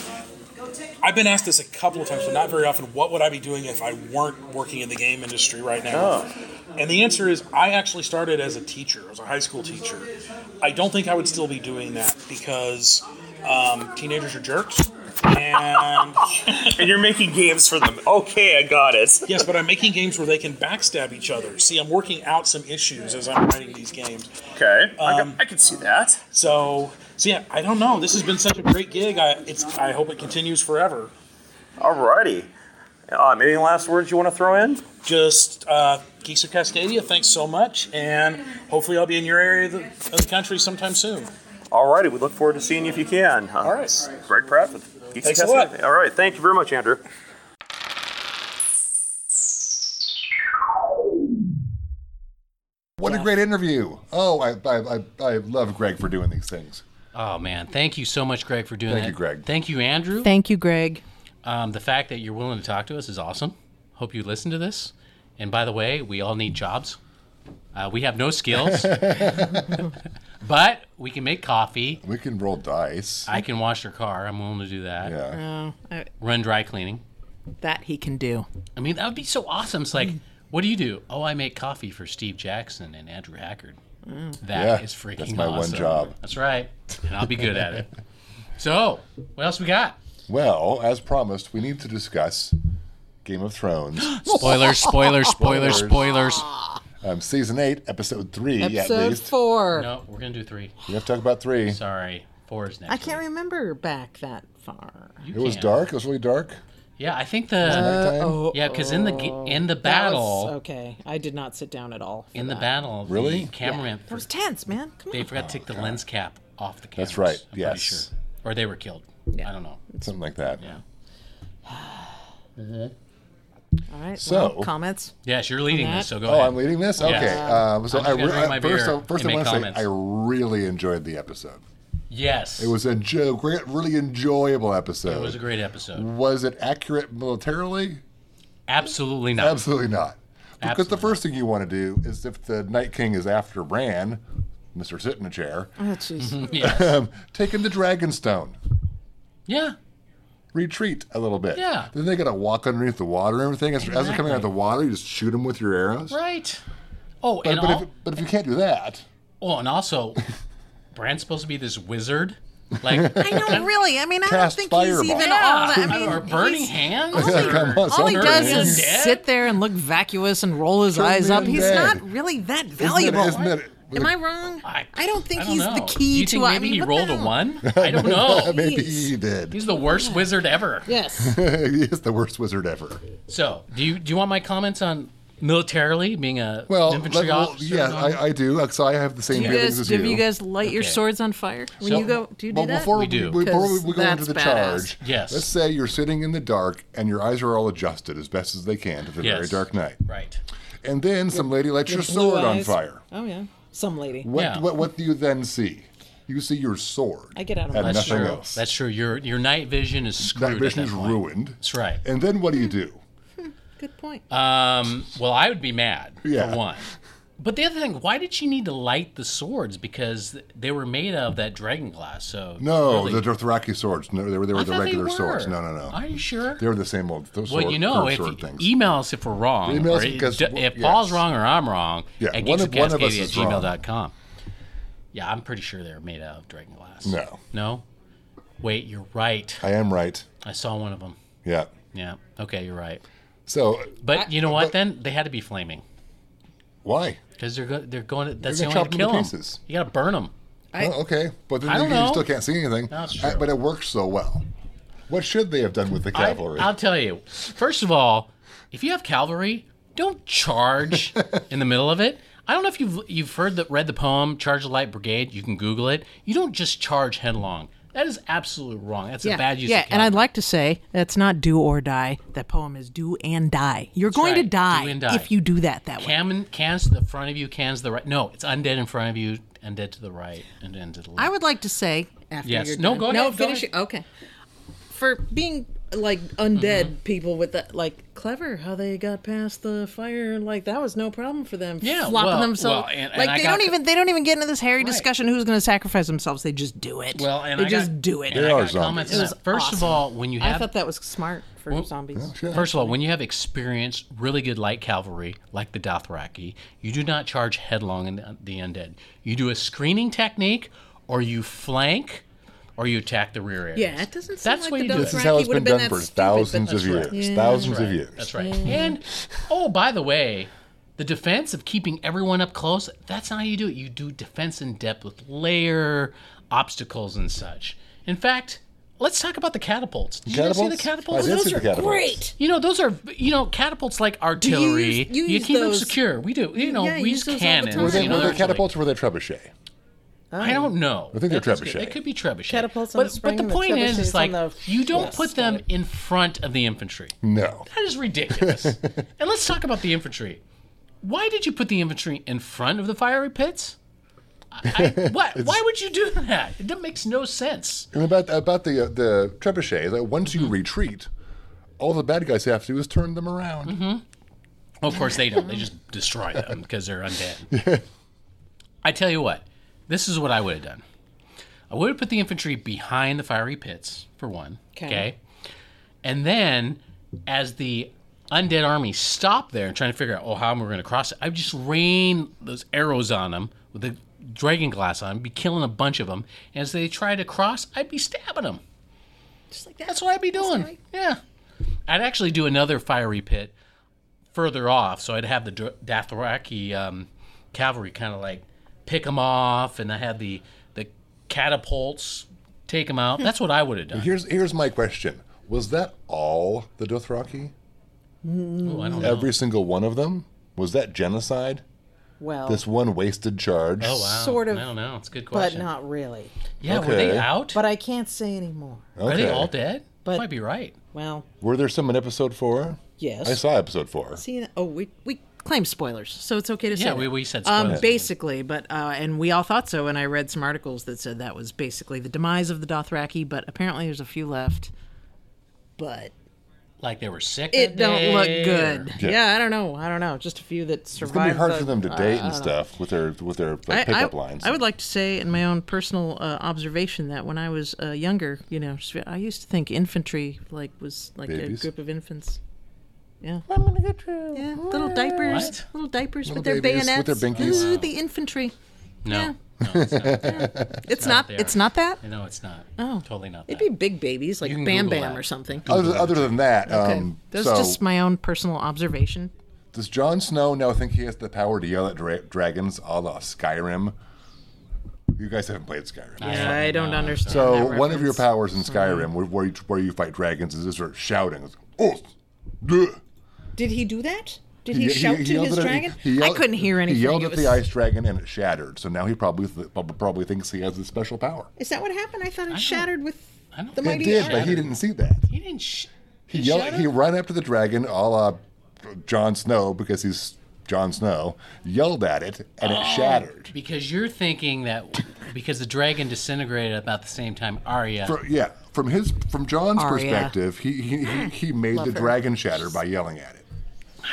[SPEAKER 7] I've been asked this a couple of times, but not very often. What would I be doing if I weren't working in the game industry right now?
[SPEAKER 6] Oh.
[SPEAKER 7] And the answer is, I actually started as a teacher, as a high school teacher. I don't think I would still be doing that because um, teenagers are jerks. And
[SPEAKER 6] and you're making games for them. Okay, I got it.
[SPEAKER 7] yes, but I'm making games where they can backstab each other. See, I'm working out some issues as I'm writing these games.
[SPEAKER 6] Okay, I,
[SPEAKER 7] Um,
[SPEAKER 6] got, I can see that.
[SPEAKER 7] So, so yeah, I don't know. This has been such a great gig. I, it's, I hope it continues forever.
[SPEAKER 6] Alrighty. Um, any last words you want to throw in?
[SPEAKER 7] just uh, Geeks of Cascadia, thanks so much, and hopefully I'll be in your area of the, of the country sometime soon.
[SPEAKER 6] Alrighty, we look forward to seeing you if you can. Uh,
[SPEAKER 7] All right.
[SPEAKER 6] Greg Pratt with Geeks
[SPEAKER 7] Thanks
[SPEAKER 6] of
[SPEAKER 7] a lot.
[SPEAKER 6] Cascadia. All right, thank you very much, Andrew.
[SPEAKER 2] What a great interview! Oh, I, I, I, I love Greg for doing these things.
[SPEAKER 3] Oh man, thank you so much, Greg, for doing
[SPEAKER 2] Thank
[SPEAKER 3] that.
[SPEAKER 2] you, Greg.
[SPEAKER 3] Thank you, Andrew.
[SPEAKER 5] Thank you, Greg.
[SPEAKER 3] Um, the fact that you're willing to talk to us is awesome. Hope you listen to this. And by the way, we all need jobs. Uh, we have no skills, but we can make coffee.
[SPEAKER 2] We can roll dice.
[SPEAKER 3] I can wash your car. I'm willing to do that.
[SPEAKER 2] yeah.
[SPEAKER 5] Oh, I-
[SPEAKER 3] Run dry cleaning.
[SPEAKER 5] that he can do.
[SPEAKER 3] I mean, that would be so awesome. It's like, what do you do? Oh, I make coffee for Steve Jackson and Andrew Hackard. That is
[SPEAKER 2] Yeah,
[SPEAKER 3] freaking
[SPEAKER 2] that's my one
[SPEAKER 3] awesome.
[SPEAKER 2] job.
[SPEAKER 3] That's right. And I'll be good at it. So, what else we got?
[SPEAKER 2] Well, as promised, we need to discuss Game of Thrones,
[SPEAKER 3] Spoilers, spoilers, spoilers, spoilers.
[SPEAKER 2] um, season eight, episode three. at
[SPEAKER 5] Episode
[SPEAKER 2] least
[SPEAKER 5] four.
[SPEAKER 3] No, we're going to do three.
[SPEAKER 2] we have to talk about three.
[SPEAKER 3] Sorry. Four is next.
[SPEAKER 5] I can't remember back that far.
[SPEAKER 2] It was dark. It was really dark.
[SPEAKER 3] Yeah, I think the
[SPEAKER 2] Nighttime.
[SPEAKER 3] yeah, because in the ga- in the
[SPEAKER 5] Oh, That
[SPEAKER 3] battle
[SPEAKER 5] was- okay, I did not sit down at all. for
[SPEAKER 3] in the
[SPEAKER 5] that.
[SPEAKER 3] battle,
[SPEAKER 2] Really? Oh,
[SPEAKER 3] the cameraman
[SPEAKER 5] That was tense, man. Come
[SPEAKER 3] they
[SPEAKER 5] on.
[SPEAKER 3] forgot to take the lens cap off the cameras.
[SPEAKER 2] That's right,
[SPEAKER 3] I'm pretty
[SPEAKER 2] yes.
[SPEAKER 3] sure. or they were killed. I don't know.
[SPEAKER 2] something like that.
[SPEAKER 3] Yeah.
[SPEAKER 5] All right.
[SPEAKER 2] So-
[SPEAKER 5] well, comments.
[SPEAKER 3] Yes, you're leading this, so go
[SPEAKER 2] Oh,
[SPEAKER 3] ahead.
[SPEAKER 2] I'm leading this. Okay. Um, so
[SPEAKER 3] I'm just
[SPEAKER 2] I,
[SPEAKER 3] gonna
[SPEAKER 2] re-
[SPEAKER 3] drink my
[SPEAKER 2] I first,
[SPEAKER 3] beer
[SPEAKER 2] I-
[SPEAKER 3] and
[SPEAKER 2] first I
[SPEAKER 3] make
[SPEAKER 2] want to say
[SPEAKER 3] comments.
[SPEAKER 2] I really enjoyed the episode.
[SPEAKER 3] yes,
[SPEAKER 2] It was a jo- great, really enjoyable episode.
[SPEAKER 3] It was a great episode.
[SPEAKER 2] Was it accurate militarily?
[SPEAKER 3] Absolutely not.
[SPEAKER 2] Absolutely not. Because
[SPEAKER 3] Absolutely
[SPEAKER 2] the first thing you want to do is if the Night King is after Bran, Mister Sit in a Chair,
[SPEAKER 5] Oh, jeez.
[SPEAKER 3] yeah.
[SPEAKER 2] um, take him to Dragonstone,
[SPEAKER 3] yeah.
[SPEAKER 2] retreat a little bit.
[SPEAKER 3] Yeah.
[SPEAKER 2] Then they got to walk underneath the water and everything. As, as they're coming out of the water, you just shoot them with your arrows.
[SPEAKER 3] Right. Oh,
[SPEAKER 2] But,
[SPEAKER 3] and
[SPEAKER 2] but,
[SPEAKER 3] all,
[SPEAKER 2] if, but if you can't do that,
[SPEAKER 3] oh, and also, Bran's supposed to be this wizard, like
[SPEAKER 5] I know, really. I mean, I don't
[SPEAKER 2] Cast
[SPEAKER 5] think
[SPEAKER 2] fireball.
[SPEAKER 5] he's even all that. I mean,
[SPEAKER 3] or burning
[SPEAKER 5] he's-
[SPEAKER 3] hands.
[SPEAKER 2] Yeah,
[SPEAKER 3] or-
[SPEAKER 2] come on,
[SPEAKER 5] All he
[SPEAKER 2] something.
[SPEAKER 5] does
[SPEAKER 3] Burning
[SPEAKER 5] is
[SPEAKER 3] dead?
[SPEAKER 5] sit there and look vacuous and roll his
[SPEAKER 2] Turn
[SPEAKER 5] eyes
[SPEAKER 2] me
[SPEAKER 5] up. He's
[SPEAKER 2] dead.
[SPEAKER 5] not really that
[SPEAKER 2] isn't
[SPEAKER 5] valuable.
[SPEAKER 2] it- isn't it-
[SPEAKER 5] Am I wrong? I, don't think he's
[SPEAKER 3] know.
[SPEAKER 5] the key
[SPEAKER 3] Do you
[SPEAKER 5] to.
[SPEAKER 3] think
[SPEAKER 5] I
[SPEAKER 3] maybe
[SPEAKER 5] mean,
[SPEAKER 3] he
[SPEAKER 5] what the
[SPEAKER 3] rolled a
[SPEAKER 5] hell?
[SPEAKER 3] one? I don't know.
[SPEAKER 2] maybe
[SPEAKER 5] Jeez.
[SPEAKER 2] he did.
[SPEAKER 3] He's the worst wizard ever.
[SPEAKER 5] Yes.
[SPEAKER 2] He's the worst wizard ever.
[SPEAKER 3] So, do you do you want my comments on militarily being a
[SPEAKER 2] Well,
[SPEAKER 3] infantry
[SPEAKER 2] let- well,
[SPEAKER 3] officer?
[SPEAKER 2] yeah, I, I do. Uh, So I have the same
[SPEAKER 5] Do you
[SPEAKER 2] feelings
[SPEAKER 5] guys,
[SPEAKER 2] as
[SPEAKER 5] do
[SPEAKER 2] you.
[SPEAKER 5] you guys light your
[SPEAKER 3] Okay.
[SPEAKER 5] swords on fire when
[SPEAKER 3] So-
[SPEAKER 5] you go? Do you do
[SPEAKER 2] well,
[SPEAKER 5] that?
[SPEAKER 2] before
[SPEAKER 3] We do.
[SPEAKER 2] before we,
[SPEAKER 5] 'Cause
[SPEAKER 2] we go into
[SPEAKER 5] that's
[SPEAKER 2] the
[SPEAKER 5] badass.
[SPEAKER 2] charge,
[SPEAKER 3] Yes.
[SPEAKER 2] let's say you're sitting in the dark and your eyes are all adjusted as best as they can to the very
[SPEAKER 3] Yes.
[SPEAKER 2] dark night,
[SPEAKER 3] right.
[SPEAKER 2] and then some lady lights your
[SPEAKER 5] Blue
[SPEAKER 2] sword on
[SPEAKER 5] eyes.
[SPEAKER 2] fire.
[SPEAKER 5] Oh yeah, some lady.
[SPEAKER 2] What,
[SPEAKER 3] Yeah.
[SPEAKER 2] what what do you then see? You see your sword.
[SPEAKER 5] I get out of
[SPEAKER 2] and
[SPEAKER 5] my
[SPEAKER 3] That's
[SPEAKER 2] nothing
[SPEAKER 3] true.
[SPEAKER 2] else.
[SPEAKER 3] That's true. Your your night vision is screwed.
[SPEAKER 2] that vision
[SPEAKER 3] at
[SPEAKER 2] is
[SPEAKER 3] that point.
[SPEAKER 2] ruined.
[SPEAKER 3] That's right.
[SPEAKER 2] And then what do you do?
[SPEAKER 5] Good point.
[SPEAKER 3] Um, well, I would be mad
[SPEAKER 2] Yeah.
[SPEAKER 3] for one. But the other thing, why did she need to light the swords? Because they were made of that dragon glass. So
[SPEAKER 2] No,
[SPEAKER 3] really-
[SPEAKER 2] the Dothraki swords. No, they were they were
[SPEAKER 3] I
[SPEAKER 2] the
[SPEAKER 3] thought they
[SPEAKER 2] regular
[SPEAKER 3] were.
[SPEAKER 2] swords. No, no, no.
[SPEAKER 3] Are you sure?
[SPEAKER 2] they were the same old th- sword,
[SPEAKER 3] well, you know,
[SPEAKER 2] curved
[SPEAKER 3] if
[SPEAKER 2] sword
[SPEAKER 3] you- e-
[SPEAKER 2] things.
[SPEAKER 3] email us if we're wrong.
[SPEAKER 2] Email us
[SPEAKER 3] or it-
[SPEAKER 2] because-
[SPEAKER 3] d- if
[SPEAKER 2] yes.
[SPEAKER 3] Paul's wrong or I'm wrong,
[SPEAKER 2] Yeah,
[SPEAKER 3] at
[SPEAKER 2] one of- one of us
[SPEAKER 3] geeksofcascadia
[SPEAKER 2] is wrong.
[SPEAKER 3] at gmail.com. Yeah, I'm pretty sure they're made out of dragon glass.
[SPEAKER 2] No.
[SPEAKER 3] No? Wait, you're right.
[SPEAKER 2] I am right.
[SPEAKER 3] I saw one of them.
[SPEAKER 2] Yeah.
[SPEAKER 3] Yeah. Okay, you're right.
[SPEAKER 2] So
[SPEAKER 3] But you know what? Then they had to be flaming
[SPEAKER 2] why?
[SPEAKER 3] because they're go- they're going. To, that's the
[SPEAKER 2] They're
[SPEAKER 3] only way
[SPEAKER 2] gonna
[SPEAKER 3] to
[SPEAKER 2] chop 'em
[SPEAKER 3] kill
[SPEAKER 2] to
[SPEAKER 3] them.
[SPEAKER 2] pieces.
[SPEAKER 3] You got to burn them.
[SPEAKER 2] oh, okay, but then
[SPEAKER 3] I
[SPEAKER 2] you,
[SPEAKER 3] don't
[SPEAKER 2] you
[SPEAKER 3] know.
[SPEAKER 2] still can't see anything.
[SPEAKER 3] That's
[SPEAKER 2] I-
[SPEAKER 3] true.
[SPEAKER 2] but it works so well. What should they have done with the cavalry?
[SPEAKER 3] I'll tell you. First of all, if you have cavalry, don't charge in the middle of it. I don't know if you've you've heard that read the poem "Charge the Light Brigade." You can Google it. You don't just charge headlong. That is absolutely wrong. That's
[SPEAKER 5] yeah,
[SPEAKER 3] a bad use
[SPEAKER 5] yeah,
[SPEAKER 3] of
[SPEAKER 5] and I'd
[SPEAKER 3] capital.
[SPEAKER 5] like to say that's not do or die. That poem is do and die. You're going
[SPEAKER 3] right,
[SPEAKER 5] to die,
[SPEAKER 3] do and die.
[SPEAKER 5] if you do that that way.
[SPEAKER 3] Cam cans to the front of you, cans to the right. No, it's undead in front of you, undead to the right, and undead to the left.
[SPEAKER 5] I would like to say after
[SPEAKER 3] Yes.
[SPEAKER 5] you're
[SPEAKER 3] No,
[SPEAKER 5] done-
[SPEAKER 3] go
[SPEAKER 5] No,
[SPEAKER 3] ahead, go
[SPEAKER 5] finish
[SPEAKER 3] ahead.
[SPEAKER 5] it. Okay. For being like undead
[SPEAKER 3] Mm-hmm.
[SPEAKER 5] people with that, like clever, how they got past the fire, like that was no problem for them.
[SPEAKER 3] Yeah,
[SPEAKER 5] flopping
[SPEAKER 3] well-
[SPEAKER 5] themselves.
[SPEAKER 3] well, and- and
[SPEAKER 5] like
[SPEAKER 3] I
[SPEAKER 5] they
[SPEAKER 3] got
[SPEAKER 5] don't
[SPEAKER 3] the-
[SPEAKER 5] even they don't even get into this hairy discussion who's going to sacrifice themselves. They just do it.
[SPEAKER 3] well, and
[SPEAKER 5] they
[SPEAKER 3] I
[SPEAKER 5] just
[SPEAKER 3] got,
[SPEAKER 5] do it.
[SPEAKER 3] And I
[SPEAKER 2] are
[SPEAKER 3] got comments
[SPEAKER 2] zombies.
[SPEAKER 3] on
[SPEAKER 5] It
[SPEAKER 3] that.
[SPEAKER 5] was
[SPEAKER 3] First of
[SPEAKER 5] awesome.
[SPEAKER 3] all, when you
[SPEAKER 5] I
[SPEAKER 3] have
[SPEAKER 5] thought that was smart for
[SPEAKER 2] Oh,
[SPEAKER 5] zombies.
[SPEAKER 3] First of all, when you have experienced, really good light cavalry like the Dothraki, you do not charge headlong in the- the undead. You do a screening technique, or you flank, or you attack the rear areas.
[SPEAKER 5] Yeah, it doesn't seem
[SPEAKER 3] That's
[SPEAKER 5] like
[SPEAKER 3] why
[SPEAKER 5] the
[SPEAKER 3] you do
[SPEAKER 5] Dothraki
[SPEAKER 3] it.
[SPEAKER 2] This is how it's
[SPEAKER 5] would've
[SPEAKER 2] been
[SPEAKER 5] been
[SPEAKER 2] done
[SPEAKER 5] that
[SPEAKER 2] for
[SPEAKER 5] stupid,
[SPEAKER 2] thousands
[SPEAKER 3] but-
[SPEAKER 2] of years.
[SPEAKER 3] That's
[SPEAKER 2] Thousands
[SPEAKER 3] Right,
[SPEAKER 2] of years.
[SPEAKER 3] That's right. And oh, by the way, the defense of keeping everyone up close, that's not how you do it. You do defense in depth with layer obstacles and such. In fact, let's talk about the catapults. Did you guys see the catapults?
[SPEAKER 2] I did see the catapults.
[SPEAKER 5] Great.
[SPEAKER 3] You know, those are you know catapults like artillery.
[SPEAKER 5] use- you use
[SPEAKER 3] keep
[SPEAKER 5] those-
[SPEAKER 3] them secure. We do. You know,
[SPEAKER 5] yeah, you
[SPEAKER 3] we
[SPEAKER 5] use
[SPEAKER 3] use
[SPEAKER 5] those all the
[SPEAKER 3] cannons.
[SPEAKER 5] time.
[SPEAKER 2] Were
[SPEAKER 5] Were
[SPEAKER 2] they,
[SPEAKER 3] you know,
[SPEAKER 2] were they
[SPEAKER 3] actually.
[SPEAKER 2] catapults or were they trebuchet?
[SPEAKER 3] I don't know.
[SPEAKER 2] I think they're
[SPEAKER 3] That's good.
[SPEAKER 2] trebuchet.
[SPEAKER 3] They could be trebuchet.
[SPEAKER 5] Catapults in the
[SPEAKER 3] but,
[SPEAKER 5] spring,
[SPEAKER 3] But the
[SPEAKER 5] the
[SPEAKER 3] point is,
[SPEAKER 5] trebuchets
[SPEAKER 3] is like
[SPEAKER 5] on the-
[SPEAKER 3] you don't put them in front of the infantry.
[SPEAKER 5] Hmm.
[SPEAKER 2] No.
[SPEAKER 3] That is ridiculous. and let's talk about the infantry. Why did you put the infantry in front of the fiery pits? I, I, what? Why would you do that? It that makes no sense.
[SPEAKER 2] And about about the uh, the trebuchet, that once
[SPEAKER 3] Mm-hmm.
[SPEAKER 2] you retreat, all the bad guys have to do is turn them around.
[SPEAKER 3] Mm-hmm. Well, of course they don't. They just destroy them because they're undead. I tell you what, this is what I would have done. I would have put the infantry behind the fiery pits for one. Okay.
[SPEAKER 5] 'Kay.
[SPEAKER 3] And then, as the undead army stopped there and trying to figure out, oh, how am we going to cross it? I would just rain those arrows on them with the dragon glass on 'em, be killing a bunch of them. And as they try to cross, I'd be stabbing them.
[SPEAKER 5] Just like that.
[SPEAKER 3] That's what I'd be doing.
[SPEAKER 5] right.
[SPEAKER 3] Yeah. I'd actually do another fiery pit further off. So I'd have the Dr- Dothraki um, cavalry kind of like pick them off, and I had the, the catapults take them out. That's what I would have done.
[SPEAKER 2] Here's here's my question: Was that all the
[SPEAKER 3] Ooh,
[SPEAKER 2] Dothraki?
[SPEAKER 3] Mm. Oh, I don't know.
[SPEAKER 2] Every single one of them? Was that genocide?
[SPEAKER 5] Well,
[SPEAKER 2] This one wasted charge.
[SPEAKER 3] Oh, wow.
[SPEAKER 5] sort of,
[SPEAKER 3] I don't know. It's a good
[SPEAKER 5] but
[SPEAKER 3] question.
[SPEAKER 5] not really.
[SPEAKER 3] yeah, were they
[SPEAKER 2] Okay.
[SPEAKER 3] out?
[SPEAKER 5] But I can't say anymore.
[SPEAKER 2] okay.
[SPEAKER 3] Are they all dead?
[SPEAKER 5] But-
[SPEAKER 3] might be right.
[SPEAKER 5] Well,
[SPEAKER 2] Were there some in episode four?
[SPEAKER 5] yes.
[SPEAKER 2] I saw episode four.
[SPEAKER 5] See, oh, we we claim spoilers, so it's okay to say.
[SPEAKER 3] Yeah,
[SPEAKER 5] that.
[SPEAKER 3] we- we said
[SPEAKER 5] Um,
[SPEAKER 3] spoilers.
[SPEAKER 5] basically, but uh, and we all thought so, and I read some articles that said that was basically the demise of the Dothraki, but apparently there's a few left. But
[SPEAKER 3] Like they were sick.
[SPEAKER 5] it
[SPEAKER 3] that
[SPEAKER 5] don't look
[SPEAKER 3] day,
[SPEAKER 5] good.
[SPEAKER 2] Yeah.
[SPEAKER 5] Yeah. I don't know. I don't know. Just a few that survived.
[SPEAKER 2] It's gonna be hard
[SPEAKER 5] the-
[SPEAKER 2] for them to
[SPEAKER 5] uh,
[SPEAKER 2] date
[SPEAKER 5] I
[SPEAKER 2] and
[SPEAKER 5] don't know.
[SPEAKER 2] stuff with their with their like,
[SPEAKER 5] I,
[SPEAKER 2] pickup
[SPEAKER 5] I-
[SPEAKER 2] lines.
[SPEAKER 5] I would like to say, in my own personal uh, observation, that when I was uh, younger, you know, s- I used to think infantry like was like
[SPEAKER 2] Babies?
[SPEAKER 5] a group of infants. Yeah, I'm gonna get you. Yeah, little diapers,
[SPEAKER 3] What?
[SPEAKER 5] little diapers
[SPEAKER 2] Little
[SPEAKER 5] with their
[SPEAKER 2] babies with
[SPEAKER 5] bayonets.
[SPEAKER 2] their binkies.
[SPEAKER 5] Ooh, the infantry.
[SPEAKER 3] No,
[SPEAKER 5] It's not.
[SPEAKER 3] they
[SPEAKER 5] It's
[SPEAKER 3] are.
[SPEAKER 5] not that.
[SPEAKER 3] no, it's not. Oh, totally not.
[SPEAKER 5] It'd
[SPEAKER 3] that.
[SPEAKER 5] be big babies like
[SPEAKER 3] You can
[SPEAKER 5] Bam
[SPEAKER 3] Google
[SPEAKER 5] Bam
[SPEAKER 3] that.
[SPEAKER 5] or something.
[SPEAKER 2] other, other than that,
[SPEAKER 5] Okay.
[SPEAKER 2] um,
[SPEAKER 5] That's
[SPEAKER 2] so
[SPEAKER 5] just my own personal observation.
[SPEAKER 2] does Jon Snow now think he has the power to yell at dra- dragons, a la Skyrim? You guys haven't played Skyrim.
[SPEAKER 5] I don't understand.
[SPEAKER 2] So
[SPEAKER 5] that
[SPEAKER 2] one of your
[SPEAKER 5] reference. Mm-hmm.
[SPEAKER 2] powers in Skyrim, where, where, you, where you fight dragons, is just sort of shouting. It's like, "Oath, duh."
[SPEAKER 5] Did he do that? Did
[SPEAKER 2] He-
[SPEAKER 5] he,
[SPEAKER 2] he-
[SPEAKER 5] shout
[SPEAKER 2] he
[SPEAKER 5] to
[SPEAKER 2] yelled
[SPEAKER 5] his
[SPEAKER 2] at it-
[SPEAKER 5] dragon?
[SPEAKER 2] he
[SPEAKER 5] I
[SPEAKER 2] yelled-
[SPEAKER 5] couldn't hear anything.
[SPEAKER 2] He yelled
[SPEAKER 5] It
[SPEAKER 2] at
[SPEAKER 5] was-
[SPEAKER 2] the ice dragon and it shattered. So now he probably th- prob- probably thinks he has this special power.
[SPEAKER 5] Is that what happened? I thought it shattered with
[SPEAKER 3] I don't
[SPEAKER 5] the
[SPEAKER 2] It
[SPEAKER 5] mighty.
[SPEAKER 2] did,
[SPEAKER 5] arm.
[SPEAKER 2] but he didn't see that.
[SPEAKER 3] He didn't. Sh-
[SPEAKER 2] He yelled.
[SPEAKER 3] shot
[SPEAKER 2] He
[SPEAKER 3] him?
[SPEAKER 2] ran up to the dragon, a la Jon Snow, because he's Jon Snow. Yelled at it and
[SPEAKER 5] Oh.
[SPEAKER 2] it shattered.
[SPEAKER 3] Because you're thinking that because the dragon disintegrated at about the same time Arya.
[SPEAKER 2] Fro- yeah, from his from Jon's
[SPEAKER 5] Arya.
[SPEAKER 2] perspective, he he, he, he made the dragon shatter by yelling at it.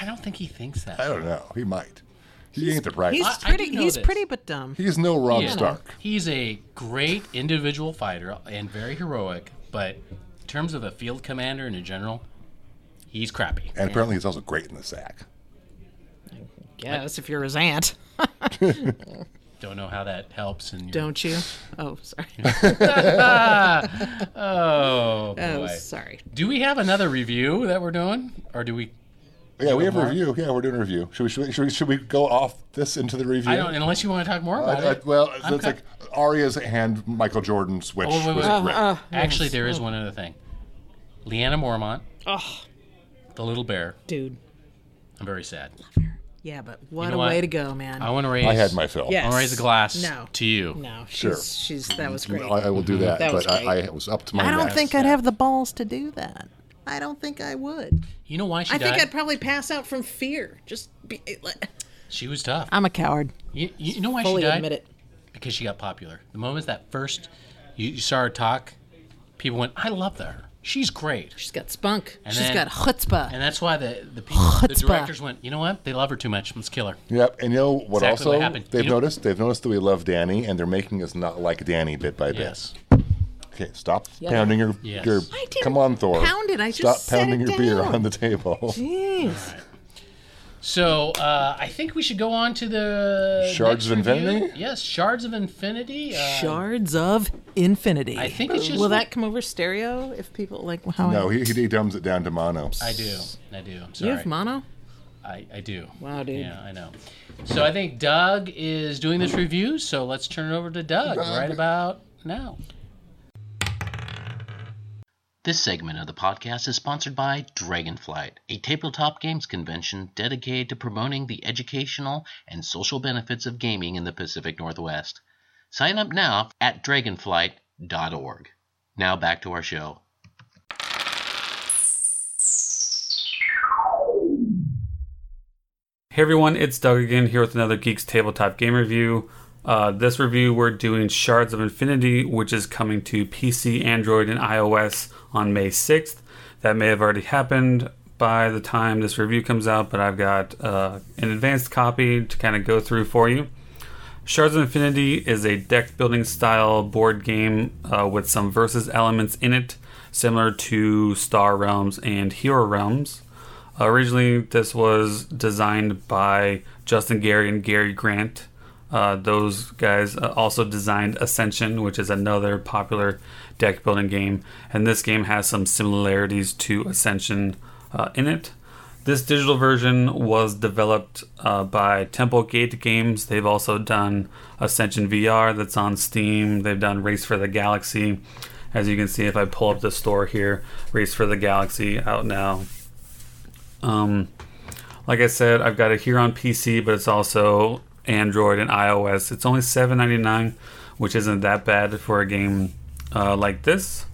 [SPEAKER 3] I don't think he thinks that.
[SPEAKER 2] I don't know. He might. He ain't the right.
[SPEAKER 5] He's
[SPEAKER 3] I- I
[SPEAKER 5] pretty.
[SPEAKER 3] do know
[SPEAKER 5] he's
[SPEAKER 3] this.
[SPEAKER 5] pretty, but dumb.
[SPEAKER 2] He's no Rob
[SPEAKER 3] Yeah.
[SPEAKER 2] Stark.
[SPEAKER 3] He's a great individual fighter and very heroic, but in terms of a field commander and a general, he's crappy.
[SPEAKER 2] And apparently he's also great in the sack.
[SPEAKER 5] Yes, if you're his aunt,
[SPEAKER 3] Don't know how that helps. And
[SPEAKER 5] don't you? Oh, sorry.
[SPEAKER 3] Oh boy.
[SPEAKER 5] Oh, sorry.
[SPEAKER 3] Do we have another review that we're doing, or do we?
[SPEAKER 2] Yeah, we have a review. Yeah, we're doing a review. Should we should we, should we, should we go off this into the review?
[SPEAKER 3] I don't. Unless you want to talk more about
[SPEAKER 2] I- I-
[SPEAKER 3] it.
[SPEAKER 2] well,
[SPEAKER 3] I'm
[SPEAKER 2] it's
[SPEAKER 3] cut-
[SPEAKER 2] like Arya's and Michael Jordan switch.
[SPEAKER 3] Oh, wait,
[SPEAKER 2] was
[SPEAKER 3] wait.
[SPEAKER 2] great.
[SPEAKER 5] Uh, Uh-huh.
[SPEAKER 3] Actually, there is one other thing. Leanna Mormont,
[SPEAKER 5] Oh,
[SPEAKER 3] the little bear.
[SPEAKER 5] dude.
[SPEAKER 3] I'm very sad.
[SPEAKER 5] Yeah, but what
[SPEAKER 3] know
[SPEAKER 5] a
[SPEAKER 3] what?
[SPEAKER 5] way to go, man.
[SPEAKER 3] I want to raise.
[SPEAKER 2] I had my fill.
[SPEAKER 5] yes.
[SPEAKER 3] I'll raise a glass
[SPEAKER 5] No.
[SPEAKER 3] to you.
[SPEAKER 5] No, she's,
[SPEAKER 2] Sure.
[SPEAKER 5] she's that was
[SPEAKER 2] I,
[SPEAKER 5] great.
[SPEAKER 2] I will do that,
[SPEAKER 5] Mm-hmm. That was
[SPEAKER 2] but I,
[SPEAKER 5] great.
[SPEAKER 2] I was up to my
[SPEAKER 5] I don't
[SPEAKER 2] max.
[SPEAKER 5] think I'd have the balls to do that. I don't think I would.
[SPEAKER 3] You know why she
[SPEAKER 5] I
[SPEAKER 3] died?
[SPEAKER 5] think I'd probably pass out from fear. Just be.
[SPEAKER 3] She was tough.
[SPEAKER 5] I'm a coward.
[SPEAKER 3] You, you know why
[SPEAKER 5] Fully
[SPEAKER 3] she died?
[SPEAKER 5] admit it.
[SPEAKER 3] Because she got popular. The moment that first you, you saw her talk, people went, "I love her. She's great."
[SPEAKER 5] She's got spunk. She's
[SPEAKER 3] then-
[SPEAKER 5] got chutzpah.
[SPEAKER 3] And that's why the the, people, the
[SPEAKER 5] Chutzpah.
[SPEAKER 3] directors went, "You know what? They love her too much. Let's kill her."
[SPEAKER 2] Yep, and you know what?
[SPEAKER 3] Exactly
[SPEAKER 2] also,
[SPEAKER 3] what happened.
[SPEAKER 2] they've
[SPEAKER 3] You know-
[SPEAKER 2] noticed. They've noticed that we love Danny, and they're making us not like Danny bit by bit.
[SPEAKER 3] Yes.
[SPEAKER 2] Okay, stop pounding your
[SPEAKER 3] Yes.
[SPEAKER 2] your.
[SPEAKER 5] I didn't
[SPEAKER 2] Come on, Thor.
[SPEAKER 5] pound it, I just
[SPEAKER 2] stop
[SPEAKER 5] set
[SPEAKER 2] pounding
[SPEAKER 5] it
[SPEAKER 2] your beer
[SPEAKER 5] down.
[SPEAKER 2] on the table.
[SPEAKER 5] Jeez.
[SPEAKER 3] So uh, I think we should go on to the
[SPEAKER 2] Shards
[SPEAKER 3] next
[SPEAKER 2] of
[SPEAKER 3] review.
[SPEAKER 2] Infinity?
[SPEAKER 3] Yes, shards of infinity. Uh,
[SPEAKER 5] Shards of infinity.
[SPEAKER 3] I think it's just
[SPEAKER 5] Will that come over stereo if people like how
[SPEAKER 2] No,
[SPEAKER 5] I,
[SPEAKER 2] he, he dumbs it down to mono.
[SPEAKER 3] I do. I do. I'm
[SPEAKER 5] you
[SPEAKER 3] sorry.
[SPEAKER 5] have mono?
[SPEAKER 3] I, I do.
[SPEAKER 5] Wow, dude.
[SPEAKER 3] Yeah, I know. So I think Doug is doing this review, so let's turn it over to Doug right about now. This segment of the podcast is sponsored by Dragonflight, a tabletop games convention dedicated to promoting the educational and social benefits of gaming in the Pacific Northwest. Sign up now at dragonflight.org. Now back to our show.
[SPEAKER 8] Hey everyone, it's Doug again here with another Geeks Tabletop Game Review. Uh, this review, we're doing Shards of Infinity, which is coming to PC, Android, and iOS on May 6th. That may have already happened by the time this review comes out, but I've got uh, an advanced copy to kind of go through for you. Shards of Infinity is a deck building style board game uh, with some versus elements in it, similar to Star Realms and Hero Realms. Originally, this was designed by Justin Gary and Gary Grant. Uh, those guys uh, also designed Ascension, which is another popular deck building game, and this game has some similarities to Ascension uh, in it. This digital version was developed uh, by Temple Gate Games. They've also done Ascension VR that's on Steam. They've done Race for the Galaxy. As you can see, if I pull up the store here, Race for the Galaxy out now. Um, like I said, I've got it here on PC, but it's also Android and iOS. It's only $7.99, which isn't that bad for a game uh, like this.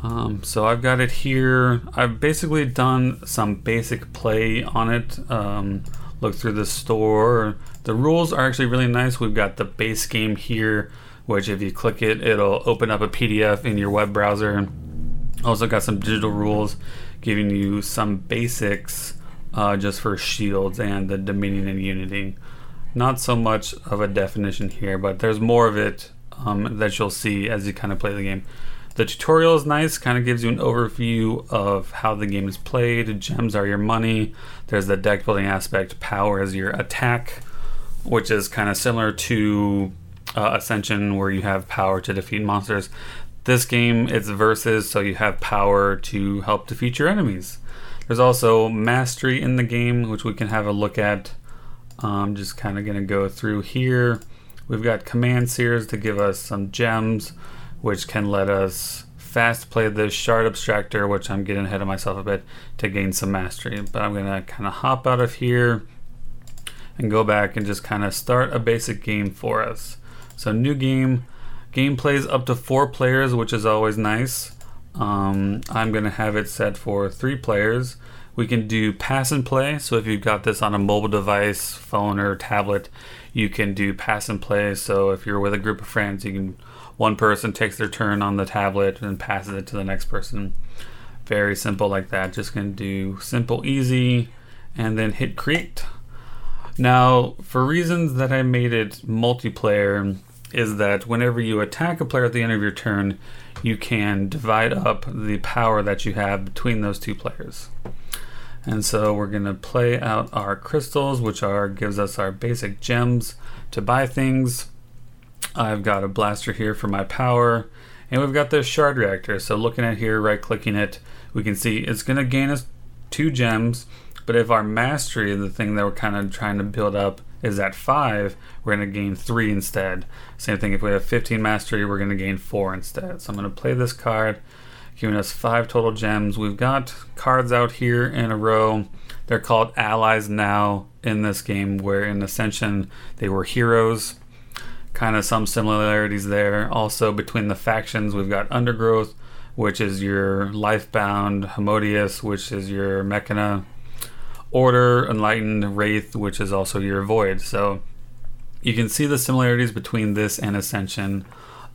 [SPEAKER 8] Um, so I've got it here. I've basically done some basic play on it. Um, look through the store. The rules are actually really nice. We've got the base game here, which if you click it, it'll open up a PDF in your web browser. Also got some digital rules giving you some basics uh, just for shields and the Dominion and Unity. Not so much of a definition here, but there's more of it um, that you'll see as you kind of play the game. The tutorial is nice, kind of gives you an overview of how the game is played. Gems are your money. There's the deck building aspect, power is your attack which is kind of similar to uh, Ascension, where you have power to defeat monsters. This game, it's versus, so you have power to help defeat your enemies. There's also mastery in the game, which we can have a look at. I'm just kind of going to go through here. We've got command seers to give us some gems, which can let us fast play the shard abstractor, which I'm getting ahead of myself a bit, to gain some mastery. But I'm going to kind of hop out of here and go back and just kind of start a basic game for us. So, new game, game plays up to four players, which is always nice. Um, I'm going to have it set for three players. We can do pass and play. So, if you've got this on a mobile device, phone, or tablet, you can do pass and play. So, if you're with a group of friends, you can one person takes their turn on the tablet and passes it to the next person very simple like that. Just gonna do simple, easy, and then hit create. Now, for reasons that I made it multiplayer, is that whenever you attack a player at the end of your turn, you can divide up the power that you have between those two players. And so we're gonna play out our crystals, which are gives us our basic gems to buy things. I've got a blaster here for my power, and we've got the shard reactor. So looking at here, right clicking it, we can see it's going to gain us two gems. But if our mastery, the thing that we're kind of trying to build up, is at five, we're going to gain three instead. Same thing if we have 15 mastery, we're going to gain four instead. So I'm going to play this card, giving us five total gems. We've got cards out here in a row. They're called allies now in this game, where in Ascension they were heroes. Kind of some similarities there. Also, between the factions, we've got Undergrowth, which is your Lifebound, Homodius, which is your Mechana, Order, Enlightened, Wraith, which is also your Void. So you can see the similarities between this and Ascension,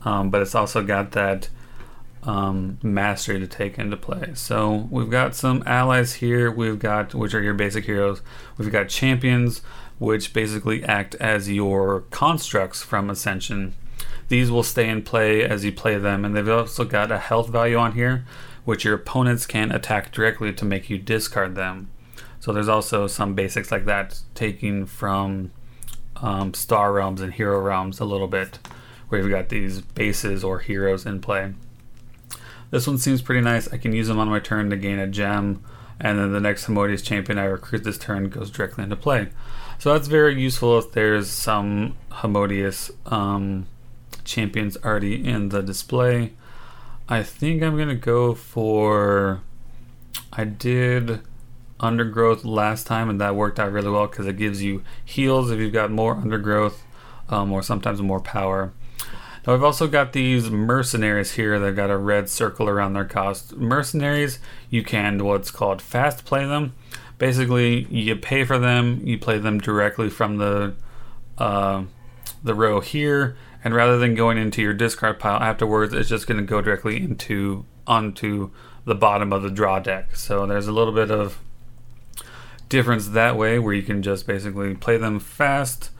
[SPEAKER 8] um, but it's also got that um, mastery to take into play. So we've got some allies here. We've got which are your basic heroes. We've got champions, which basically act as your constructs from Ascension. These will stay in play as you play them, and they've also got a health value on here, which your opponents can attack directly to make you discard them. So there's also some basics like that taking from um, Star Realms and Hero Realms a little bit, where you've got these bases or heroes in play. This one seems pretty nice. I can use them on my turn to gain a gem, and then the next Hemodius champion I recruit this turn goes directly into play. So that's very useful if there's some Hemodius um, champions already in the display. I think I'm gonna go for. I did undergrowth last time, and that worked out really well because it gives you heals if you've got more undergrowth um, or sometimes more power. Now, we've also got these mercenaries here. They've got a red circle around their cost. Mercenaries, you can what's called fast play them. Basically, you pay for them, you play them directly from the uh, the row here, and rather than going into your discard pile afterwards, it's just going to go directly into onto the bottom of the draw deck. So there's a little bit of difference that way where you can just basically play them fast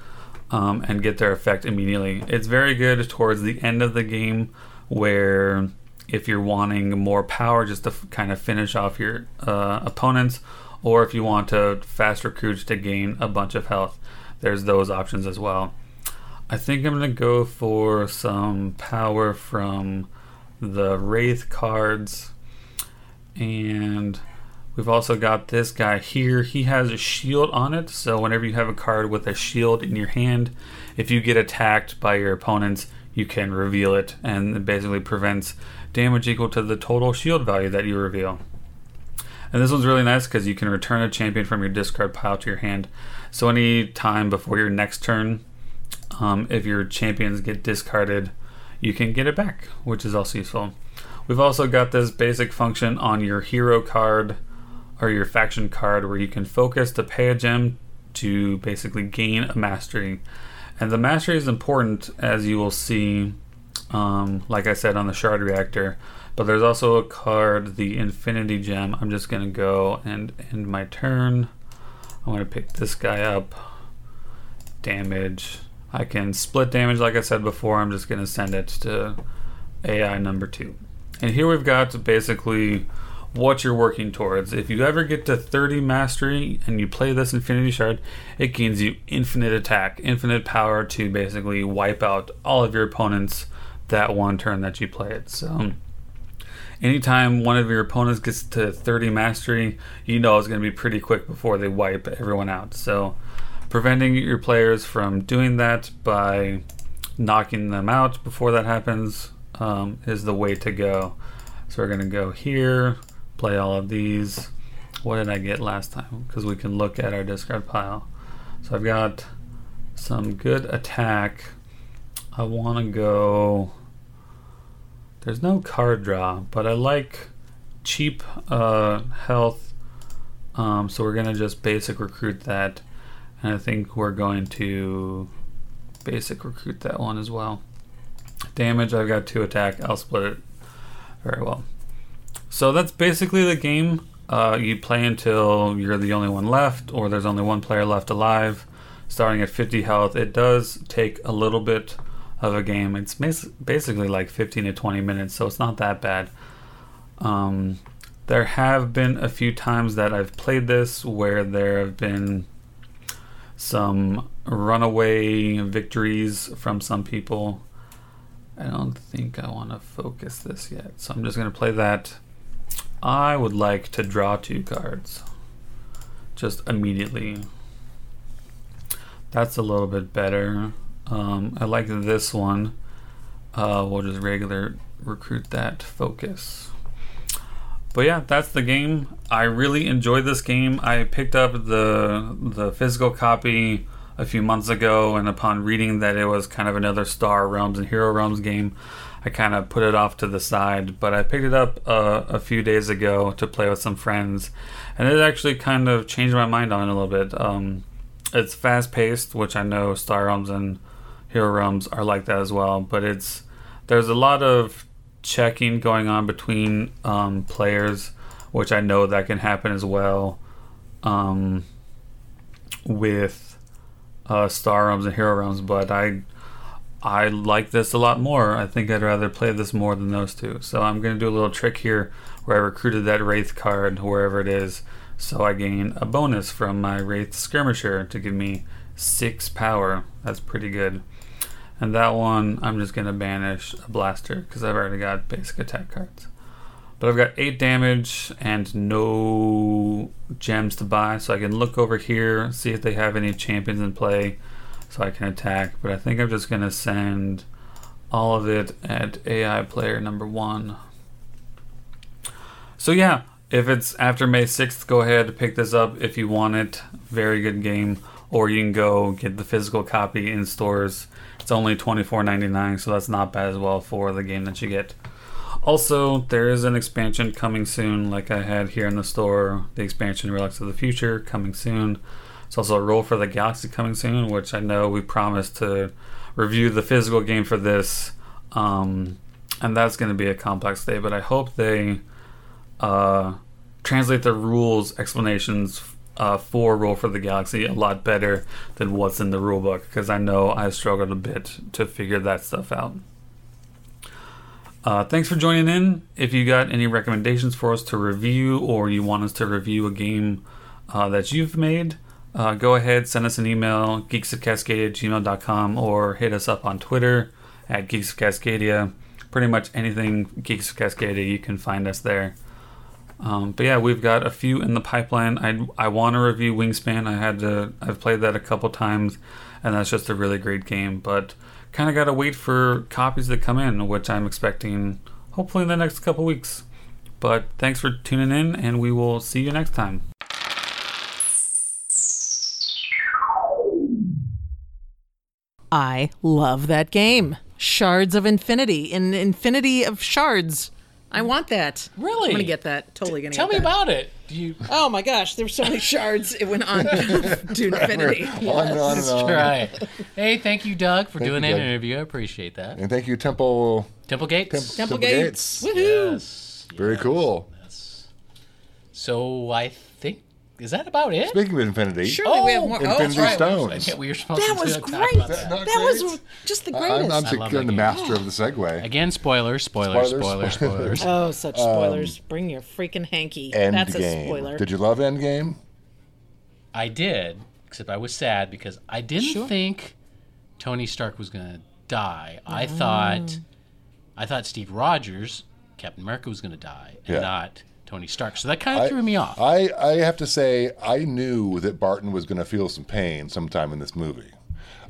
[SPEAKER 8] um, and get their effect immediately. It's very good towards the end of the game where if you're wanting more power just to f- kind of finish off your uh, opponents or if you want to fast recruit to gain a bunch of health, there's those options as well. I think I'm going to go for some power from the Wraith cards and... We've also got this guy here. He has a shield on it, so whenever you have a card with a shield in your hand, if you get attacked by your opponents, you can reveal it, and it basically prevents damage equal to the total shield value that you reveal. And this one's really nice because you can return a champion from your discard pile to your hand. So any time before your next turn, um, if your champions get discarded, you can get it back, which is also useful. We've also got this basic function on your hero card or your faction card where you can focus to pay a gem to basically gain a mastery. And the mastery is important as you will see, um, like I said, on the shard reactor. But there's also a card, the infinity gem. I'm just going to go and end my turn. I'm going to pick this guy up. Damage. I can split damage, like I said before. I'm just going to send it to AI number two. And here we've got basically what you're working towards. If you ever get to 30 mastery and you play this Infinity Shard, it gains you infinite attack, infinite power to basically wipe out all of your opponents that one turn that you play it. So, anytime one of your opponents gets to 30 mastery, you know it's going to be pretty quick before they wipe everyone out. So, preventing your players from doing that by knocking them out before that happens um, is the way to go. So, we're going to go here play all of these. What did I get last time? Because we can look at our discard pile. So I've got some good attack. I want to go. There's no card draw, but I like cheap uh, health. Um, so we're going to just basic recruit that. And I think we're going to basic recruit that one as well. Damage, I've got two attack. I'll split it very well. So that's basically the game. Uh, you play until you're the only one left, or there's only one player left alive. Starting at 50 health, it does take a little bit of a game. It's basically like 15 to 20 minutes, so it's not that bad. Um, there have been a few times that I've played this where there have been some runaway victories from some people. I don't think I want to focus this yet, so I'm just going to play that. I would like to draw two cards. Just immediately. That's a little bit better. Um, I like this one. Uh, we'll just regular recruit that focus. But yeah, that's the game. I really enjoyed this game. I picked up the the physical copy a few months ago, and upon reading that it was kind of another Star Realms and Hero Realms game, I kind of put it off to the side. But I picked it up uh, a few days ago to play with some friends, and it actually kind of changed my mind on it a little bit. Um, it's fast paced, which I know Star Realms and Hero Realms are like that as well. But it's there's a lot of checking going on between um, players, which I know that can happen as well um, with uh, Star Realms and Hero Realms. But I I like this a lot more. I think I'd rather play this more than those two. So I'm gonna do a little trick here where I recruited that Wraith card wherever it is. So I gain a bonus from my Wraith Skirmisher to give me six power. That's pretty good. And that one, I'm just going to banish a blaster because I've already got basic attack cards. But I've got 8 damage and no gems to buy, so I can look over here, see if they have any champions in play, so I can attack. But I think I'm just going to send all of it at AI player number 1. So yeah, if it's after May 6th, go ahead, pick this up if you want it. Very good game. Or you can go get the physical copy in stores. It's only $24.99, so that's not bad as well for the game that you get. Also, there is an expansion coming soon, like I had here in the store. The expansion Relics of the Future coming soon. It's also a Roll for the Galaxy coming soon, which I know we promised to review the physical game for this. Um, and that's going to be a complex day, but I hope they uh, translate the rules explanations uh, for Roll for the Galaxy a lot better than what's in the rulebook because I know I struggled a bit to figure that stuff out. Uh, thanks for joining in. If you got any recommendations for us to review or you want us to review a game uh, that you've made, uh, go ahead, send us an email, geeksofcascadia@gmail.com, or hit us up on Twitter at Geeks of Cascadia. Pretty much anything Geeks of Cascadia, you can find us there. Um, but yeah, we've got a few in the pipeline. I I want to review Wingspan. I had to. I've played that a couple times, and that's just a really great game. But kind of got to wait for copies to come in, which I'm expecting hopefully in the next couple weeks. But thanks for tuning in, and we will see you next time.
[SPEAKER 5] I love that game. Shards of Infinity, an infinity of shards. I want that.
[SPEAKER 3] Really?
[SPEAKER 5] I'm gonna get that. Totally gonna
[SPEAKER 3] Tell
[SPEAKER 5] get
[SPEAKER 3] me
[SPEAKER 5] that.
[SPEAKER 3] about it. Do you
[SPEAKER 5] Oh my gosh, there were so many shards. It went on to infinity.
[SPEAKER 2] On uh, and on and on.
[SPEAKER 3] try? hey, thank you, Doug, for doing
[SPEAKER 2] Oh, you,
[SPEAKER 3] that
[SPEAKER 2] Doug.
[SPEAKER 3] interview. I appreciate that.
[SPEAKER 2] And thank you, Temple.
[SPEAKER 3] Temple Gates.
[SPEAKER 2] Temple
[SPEAKER 5] Temple Gates.
[SPEAKER 2] Gates.
[SPEAKER 5] Woohoo!
[SPEAKER 3] Yes.
[SPEAKER 2] Very cool.
[SPEAKER 3] So I think is that about it?
[SPEAKER 2] Speaking of Infinity,
[SPEAKER 5] Surely we have
[SPEAKER 3] Oh,
[SPEAKER 5] more.
[SPEAKER 3] and
[SPEAKER 5] Oh,
[SPEAKER 2] Infinity
[SPEAKER 5] that's right.
[SPEAKER 2] Stones.
[SPEAKER 3] I can't. We were supposed
[SPEAKER 5] That
[SPEAKER 3] to
[SPEAKER 5] was
[SPEAKER 3] talk
[SPEAKER 5] great.
[SPEAKER 3] about
[SPEAKER 5] That,
[SPEAKER 3] that.
[SPEAKER 2] not
[SPEAKER 5] was
[SPEAKER 2] great?
[SPEAKER 5] just the
[SPEAKER 2] I- I'm,
[SPEAKER 5] greatest.
[SPEAKER 2] I'm,
[SPEAKER 3] I love
[SPEAKER 2] securing
[SPEAKER 3] that
[SPEAKER 2] the
[SPEAKER 3] game.
[SPEAKER 2] master of the segue.
[SPEAKER 3] Again, spoilers, spoilers, spoilers,
[SPEAKER 2] Spoilers,
[SPEAKER 3] spoilers.
[SPEAKER 5] oh, such
[SPEAKER 2] Um,
[SPEAKER 5] spoilers. Bring your freaking hanky.
[SPEAKER 2] Endgame.
[SPEAKER 5] That's a spoiler.
[SPEAKER 2] Did you love Endgame?
[SPEAKER 3] I did, except I was sad because I didn't think Tony Stark was gonna die.
[SPEAKER 5] Oh.
[SPEAKER 3] I thought, I thought Steve Rogers, Captain America, was gonna die, and
[SPEAKER 2] Yeah.
[SPEAKER 3] not Tony Stark. So that kind of threw me off.
[SPEAKER 2] I, I have to say, I knew that Barton was going to feel some pain sometime in this movie.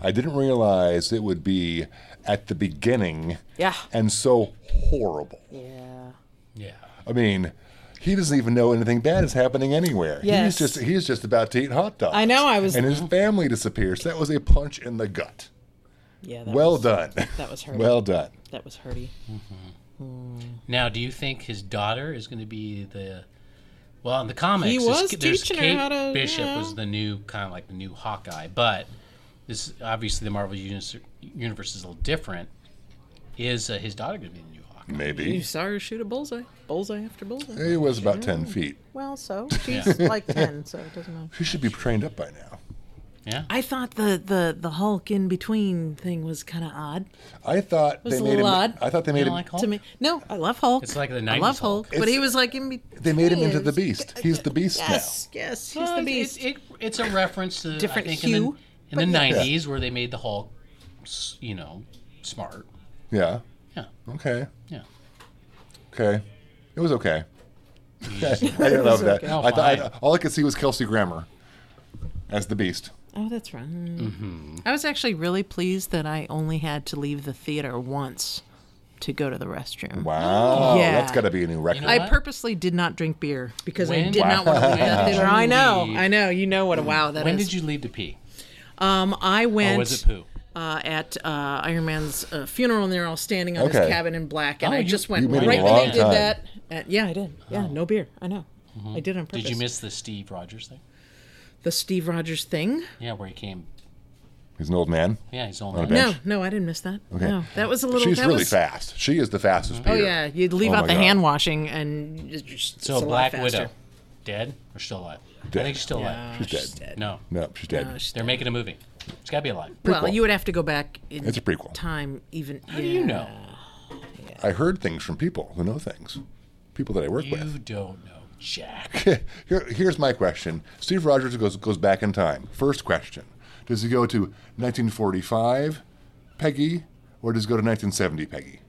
[SPEAKER 2] I didn't realize it would be at the beginning
[SPEAKER 5] Yeah.
[SPEAKER 2] and so horrible.
[SPEAKER 5] yeah.
[SPEAKER 3] yeah.
[SPEAKER 2] I mean, he doesn't even know anything bad is happening anywhere. He's
[SPEAKER 5] Yes.
[SPEAKER 2] just he's just about to eat hot dogs.
[SPEAKER 5] I know, I was-
[SPEAKER 2] And his family disappears. That was a punch in the gut.
[SPEAKER 5] Yeah. That
[SPEAKER 2] Well
[SPEAKER 5] was,
[SPEAKER 2] done.
[SPEAKER 5] That was hurting.
[SPEAKER 2] Well done.
[SPEAKER 5] That was hurty.
[SPEAKER 3] Now, do you think his daughter is gonna be the? Well, in the comics,
[SPEAKER 5] He
[SPEAKER 3] it's-
[SPEAKER 5] was
[SPEAKER 3] there's
[SPEAKER 5] teaching her
[SPEAKER 3] Kate
[SPEAKER 5] how to,
[SPEAKER 3] Bishop
[SPEAKER 5] yeah.
[SPEAKER 3] was the new kind of like the new Hawkeye, but this obviously the Marvel universe, universe is a little different. Is uh, his daughter gonna be the new Hawkeye?
[SPEAKER 5] You
[SPEAKER 2] Maybe.
[SPEAKER 5] saw her shoot a bullseye. Bullseye after bullseye.
[SPEAKER 2] He was about 10 feet.
[SPEAKER 5] Well, so she's like 10, so it doesn't matter.
[SPEAKER 2] He should be trained up by now.
[SPEAKER 5] I thought the, the, the Hulk in between thing was kind of odd
[SPEAKER 2] I thought
[SPEAKER 5] Was
[SPEAKER 2] they
[SPEAKER 5] a
[SPEAKER 2] made him.
[SPEAKER 5] little odd.
[SPEAKER 2] I thought they made
[SPEAKER 3] You don't
[SPEAKER 2] him.
[SPEAKER 3] like Hulk?
[SPEAKER 5] to me. No, I love Hulk.
[SPEAKER 3] It's like the
[SPEAKER 5] I
[SPEAKER 3] 90s
[SPEAKER 5] love
[SPEAKER 3] Hulk.
[SPEAKER 5] Hulk, but he
[SPEAKER 2] It's-
[SPEAKER 5] was like in between.
[SPEAKER 2] They made him into the Beast. He's the Beast
[SPEAKER 5] Yes, yes, he's
[SPEAKER 3] Well,
[SPEAKER 5] the
[SPEAKER 3] it-
[SPEAKER 5] Beast.
[SPEAKER 3] It, it, it's a reference to
[SPEAKER 5] Different
[SPEAKER 3] I think,
[SPEAKER 5] hue,
[SPEAKER 3] in the, in the
[SPEAKER 5] but yeah.
[SPEAKER 3] 90s where they made the Hulk, s- you know, smart.
[SPEAKER 2] now.
[SPEAKER 3] Yeah.
[SPEAKER 2] Yeah. Okay.
[SPEAKER 3] Yeah.
[SPEAKER 2] Okay. It was okay. I didn't love that.
[SPEAKER 3] Oh,
[SPEAKER 2] I thought
[SPEAKER 3] fine.
[SPEAKER 2] I, all I could see was Kelsey Grammer as the Beast.
[SPEAKER 5] Oh, that's right.
[SPEAKER 3] Mm-hmm.
[SPEAKER 5] I was actually really pleased that I only had to leave the theater once to go to the restroom.
[SPEAKER 2] Wow,
[SPEAKER 5] Yeah.
[SPEAKER 2] that's got to be a new record.
[SPEAKER 3] know
[SPEAKER 5] I
[SPEAKER 3] What?
[SPEAKER 5] purposely did not drink beer because I
[SPEAKER 3] When-
[SPEAKER 5] did not want to
[SPEAKER 3] Wow.
[SPEAKER 5] leave that theater. I know,
[SPEAKER 3] Leave.
[SPEAKER 5] I know. You know what a wow that is.
[SPEAKER 3] When did you leave to pee?
[SPEAKER 5] Um, I went.
[SPEAKER 3] Or was it poo?
[SPEAKER 5] uh, at uh, Iron Man's uh, funeral, and they're all standing on his
[SPEAKER 2] Okay.
[SPEAKER 5] cabin in black. And
[SPEAKER 3] Oh,
[SPEAKER 5] I
[SPEAKER 3] you-
[SPEAKER 5] just went
[SPEAKER 2] You made
[SPEAKER 5] right
[SPEAKER 2] it
[SPEAKER 5] when
[SPEAKER 2] a
[SPEAKER 5] they
[SPEAKER 2] long
[SPEAKER 5] did
[SPEAKER 2] time.
[SPEAKER 5] that. uh, yeah, I did. Yeah, no beer. I know. I did on purpose.
[SPEAKER 3] Mm-hmm. Did you miss the Steve Rogers thing?
[SPEAKER 5] the Steve Rogers thing?
[SPEAKER 3] Yeah, where he came.
[SPEAKER 2] He's an old man.
[SPEAKER 3] Oh, Yeah, he's
[SPEAKER 2] On a
[SPEAKER 3] only.
[SPEAKER 5] No,
[SPEAKER 2] bench.
[SPEAKER 5] no, I didn't miss that. No, that was a little.
[SPEAKER 2] She's
[SPEAKER 5] that
[SPEAKER 2] really
[SPEAKER 5] was,
[SPEAKER 2] fast. She is the fastest.
[SPEAKER 5] Oh
[SPEAKER 2] beer.
[SPEAKER 5] yeah, you'd leave
[SPEAKER 2] Oh
[SPEAKER 5] out
[SPEAKER 2] my
[SPEAKER 5] the
[SPEAKER 2] God.
[SPEAKER 5] hand washing, and it's just,
[SPEAKER 3] So
[SPEAKER 5] it's a
[SPEAKER 3] Black
[SPEAKER 5] lot faster. Oh,
[SPEAKER 3] Widow, dead or still alive? I
[SPEAKER 2] Dead.
[SPEAKER 3] think she's still alive.
[SPEAKER 5] She's
[SPEAKER 2] dead.
[SPEAKER 3] No,
[SPEAKER 2] No, she's dead.
[SPEAKER 3] they're making a movie. It's got to be alive.
[SPEAKER 5] Well,
[SPEAKER 2] prequel.
[SPEAKER 5] you would have to go back in
[SPEAKER 2] It's a prequel.
[SPEAKER 5] time, even.
[SPEAKER 3] How do you know?
[SPEAKER 2] I heard things from people who know things, people that I work with.
[SPEAKER 3] You don't know, Jack.
[SPEAKER 2] Here, here's my question. Steve Rogers goes goes back in time. First question: Does he go to 1945, Peggy, or does he go to 1970, Peggy?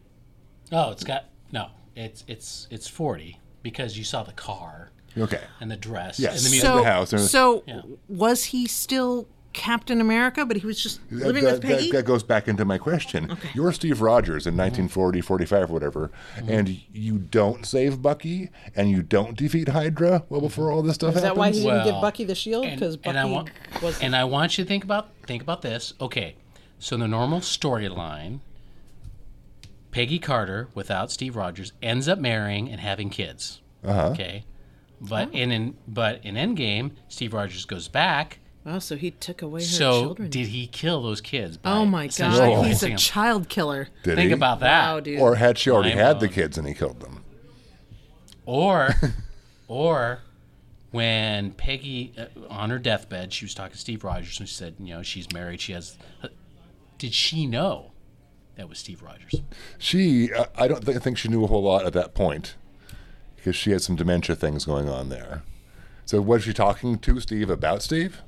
[SPEAKER 3] No, Oh, it's got no. It's it's it's forty because you saw the car
[SPEAKER 2] Okay.
[SPEAKER 3] and the dress
[SPEAKER 2] Yes.
[SPEAKER 3] and the music.
[SPEAKER 2] in
[SPEAKER 5] So,
[SPEAKER 2] the house, or-
[SPEAKER 5] so was he still Captain America? But he was just living
[SPEAKER 2] that,
[SPEAKER 5] with
[SPEAKER 2] that-
[SPEAKER 5] Peggy. Mm-hmm.
[SPEAKER 2] that goes back into my question. You're Steve Rogers in 1940, 45, whatever, and you don't save Bucky and you don't defeat Hydra well before all this stuff
[SPEAKER 5] Mm-hmm. Is that why
[SPEAKER 2] happens.
[SPEAKER 5] he didn't give
[SPEAKER 3] Well,
[SPEAKER 5] Bucky the shield? Because Bucky
[SPEAKER 3] I want
[SPEAKER 5] was
[SPEAKER 3] and I want you to think about think about this. Okay, so the normal storyline, Peggy Carter without Steve Rogers ends up marrying and having kids.
[SPEAKER 2] Uh-huh.
[SPEAKER 3] Okay, but in, in but in Endgame, Steve Rogers goes back.
[SPEAKER 5] Wow, Oh, so he took away her
[SPEAKER 3] So
[SPEAKER 5] children.
[SPEAKER 3] did he kill those kids? by
[SPEAKER 5] oh my
[SPEAKER 3] essentially
[SPEAKER 5] god, he's
[SPEAKER 3] raising
[SPEAKER 5] a
[SPEAKER 3] them?
[SPEAKER 5] child killer.
[SPEAKER 2] Did
[SPEAKER 3] Think
[SPEAKER 2] he?
[SPEAKER 3] about that.
[SPEAKER 5] Wow, dude.
[SPEAKER 2] Or had she already
[SPEAKER 3] Mind
[SPEAKER 2] had the
[SPEAKER 3] blown.
[SPEAKER 2] kids and he killed them?
[SPEAKER 3] Or, or when Peggy, uh, on her deathbed, she was talking to Steve Rogers and she said, you know, she's married. She has. uh, Did she know that was Steve Rogers?
[SPEAKER 2] She, uh, I- I don't thi- think she knew a whole lot at that point because she had some dementia things going on there. So was she talking to Steve about Steve?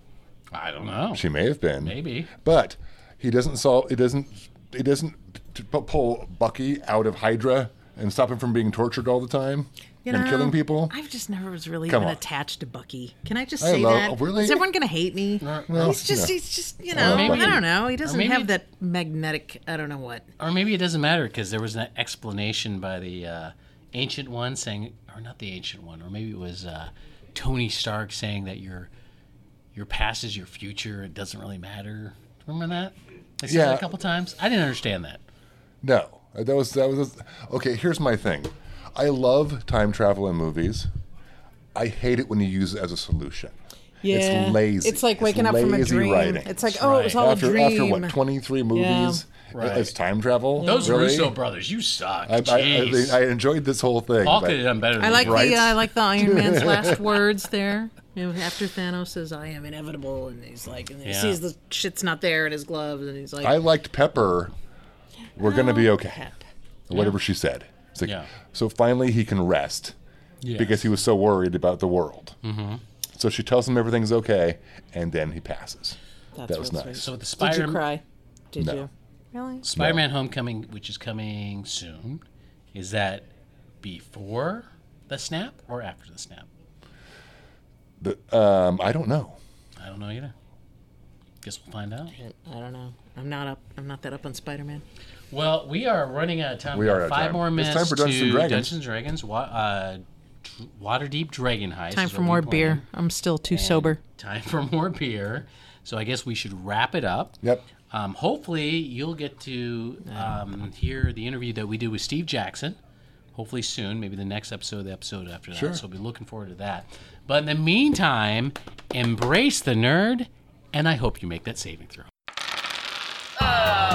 [SPEAKER 3] I don't know.
[SPEAKER 2] She may have been.
[SPEAKER 3] Maybe.
[SPEAKER 2] But he doesn't solve. It doesn't. It doesn't t- p- pull Bucky out of Hydra and stop him from being tortured all the time
[SPEAKER 5] You
[SPEAKER 2] and
[SPEAKER 5] know,
[SPEAKER 2] killing people.
[SPEAKER 5] I've just never was really
[SPEAKER 2] Come
[SPEAKER 5] been
[SPEAKER 2] on.
[SPEAKER 5] attached to Bucky. Can I just
[SPEAKER 2] I
[SPEAKER 5] say
[SPEAKER 2] love-
[SPEAKER 5] that? Is
[SPEAKER 2] oh, really?
[SPEAKER 5] everyone gonna hate me?
[SPEAKER 2] Well,
[SPEAKER 5] he's just,
[SPEAKER 2] yeah.
[SPEAKER 5] he's just, you know,
[SPEAKER 3] maybe-
[SPEAKER 5] I don't know. He doesn't
[SPEAKER 3] maybe-
[SPEAKER 5] have that magnetic. I don't know what.
[SPEAKER 3] Or maybe it doesn't matter because there was an explanation by the uh, ancient one saying, or not the ancient one, or maybe it was uh, Tony Stark saying that your your past is your future. It doesn't really matter. Remember that? They said that
[SPEAKER 2] Yeah.
[SPEAKER 3] a couple times. I didn't understand that.
[SPEAKER 2] No, that was that was okay. Here's my thing. I love time travel in movies. I hate it when you use it as a solution.
[SPEAKER 5] Yeah.
[SPEAKER 2] It's lazy.
[SPEAKER 5] It's like waking
[SPEAKER 2] It's
[SPEAKER 5] up from a
[SPEAKER 2] lazy
[SPEAKER 5] dream.
[SPEAKER 2] writing.
[SPEAKER 5] It's like, oh, it was
[SPEAKER 3] right.
[SPEAKER 5] all a
[SPEAKER 2] after
[SPEAKER 5] dream.
[SPEAKER 2] after what 23 movies
[SPEAKER 3] Right.
[SPEAKER 2] it's time travel.
[SPEAKER 3] Those
[SPEAKER 2] really?
[SPEAKER 3] Russo brothers, you suck.
[SPEAKER 2] I, I, I,
[SPEAKER 3] Jeez.
[SPEAKER 2] I enjoyed this whole thing.
[SPEAKER 3] Paul
[SPEAKER 2] but-
[SPEAKER 3] could have done better than
[SPEAKER 5] I like
[SPEAKER 3] you.
[SPEAKER 2] Right?
[SPEAKER 5] the uh, I like the Iron Man's last words there. You know, after Thanos says, "I am inevitable," and he's like, and he
[SPEAKER 3] Yeah.
[SPEAKER 5] sees the shit's not there in his gloves, and he's like,
[SPEAKER 2] I liked Pepper. We're gonna be okay. Or Whatever she said. It's like,
[SPEAKER 3] Yeah.
[SPEAKER 2] So finally he can rest
[SPEAKER 3] Yeah.
[SPEAKER 2] because he was so worried about the world. Mm-hmm. So she tells him everything's okay, and then he passes.
[SPEAKER 5] That's
[SPEAKER 2] that was
[SPEAKER 5] real
[SPEAKER 2] nice.
[SPEAKER 3] so with the
[SPEAKER 5] Did you
[SPEAKER 3] Spider
[SPEAKER 5] cry? Did
[SPEAKER 2] No.
[SPEAKER 5] you? Really?
[SPEAKER 3] Spider-Man Homecoming, which is coming soon, is that before the snap or after the snap?
[SPEAKER 2] The, um, I don't know.
[SPEAKER 3] I don't know either. Guess we'll find out.
[SPEAKER 5] I don't know. I'm not up. I'm not that up on Spider-Man.
[SPEAKER 3] Well, we are running out of time.
[SPEAKER 2] We
[SPEAKER 3] We've
[SPEAKER 2] are
[SPEAKER 3] got
[SPEAKER 2] out of
[SPEAKER 3] five
[SPEAKER 2] time.
[SPEAKER 3] more
[SPEAKER 2] It's
[SPEAKER 3] minutes
[SPEAKER 2] time for Dungeons and
[SPEAKER 3] to
[SPEAKER 2] Dragons.
[SPEAKER 3] Dungeons and Dragons. Wa- uh, Dr- Waterdeep Dragon Heist.
[SPEAKER 5] Time
[SPEAKER 3] is
[SPEAKER 5] for
[SPEAKER 3] what we
[SPEAKER 5] more
[SPEAKER 3] planned.
[SPEAKER 5] beer. I'm still too sober.
[SPEAKER 3] Time for more beer. So I guess we should wrap it up.
[SPEAKER 2] Yep.
[SPEAKER 3] Um, hopefully, you'll get to um, hear the interview that we do with Steve Jackson. Hopefully soon, maybe the next episode, the episode after that. So be looking forward to that. But in the meantime, embrace the nerd, and I hope you make that saving throw.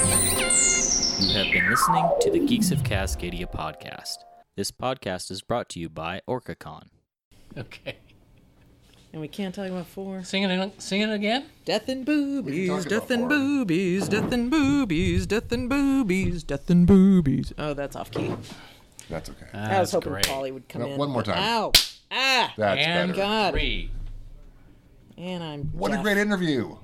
[SPEAKER 4] You have been listening to the Geeks of Cascadia podcast. This podcast is brought to you by OrcaCon.
[SPEAKER 3] Okay.
[SPEAKER 5] And we can't talk about four.
[SPEAKER 3] Sing it, sing it again.
[SPEAKER 5] Death and boobies,
[SPEAKER 2] talk
[SPEAKER 5] death
[SPEAKER 2] about
[SPEAKER 5] and
[SPEAKER 2] four.
[SPEAKER 5] boobies, death and boobies, death and boobies, death and boobies. Oh, that's off key.
[SPEAKER 2] That's okay.
[SPEAKER 3] Uh,
[SPEAKER 5] I was hoping
[SPEAKER 3] great.
[SPEAKER 5] Polly would come
[SPEAKER 2] No,
[SPEAKER 5] in.
[SPEAKER 2] one more time.
[SPEAKER 5] Ow! Ah!
[SPEAKER 2] That's
[SPEAKER 3] and
[SPEAKER 2] better.
[SPEAKER 5] God.
[SPEAKER 3] three.
[SPEAKER 5] And I'm
[SPEAKER 2] What a
[SPEAKER 5] Jeff.
[SPEAKER 2] great interview!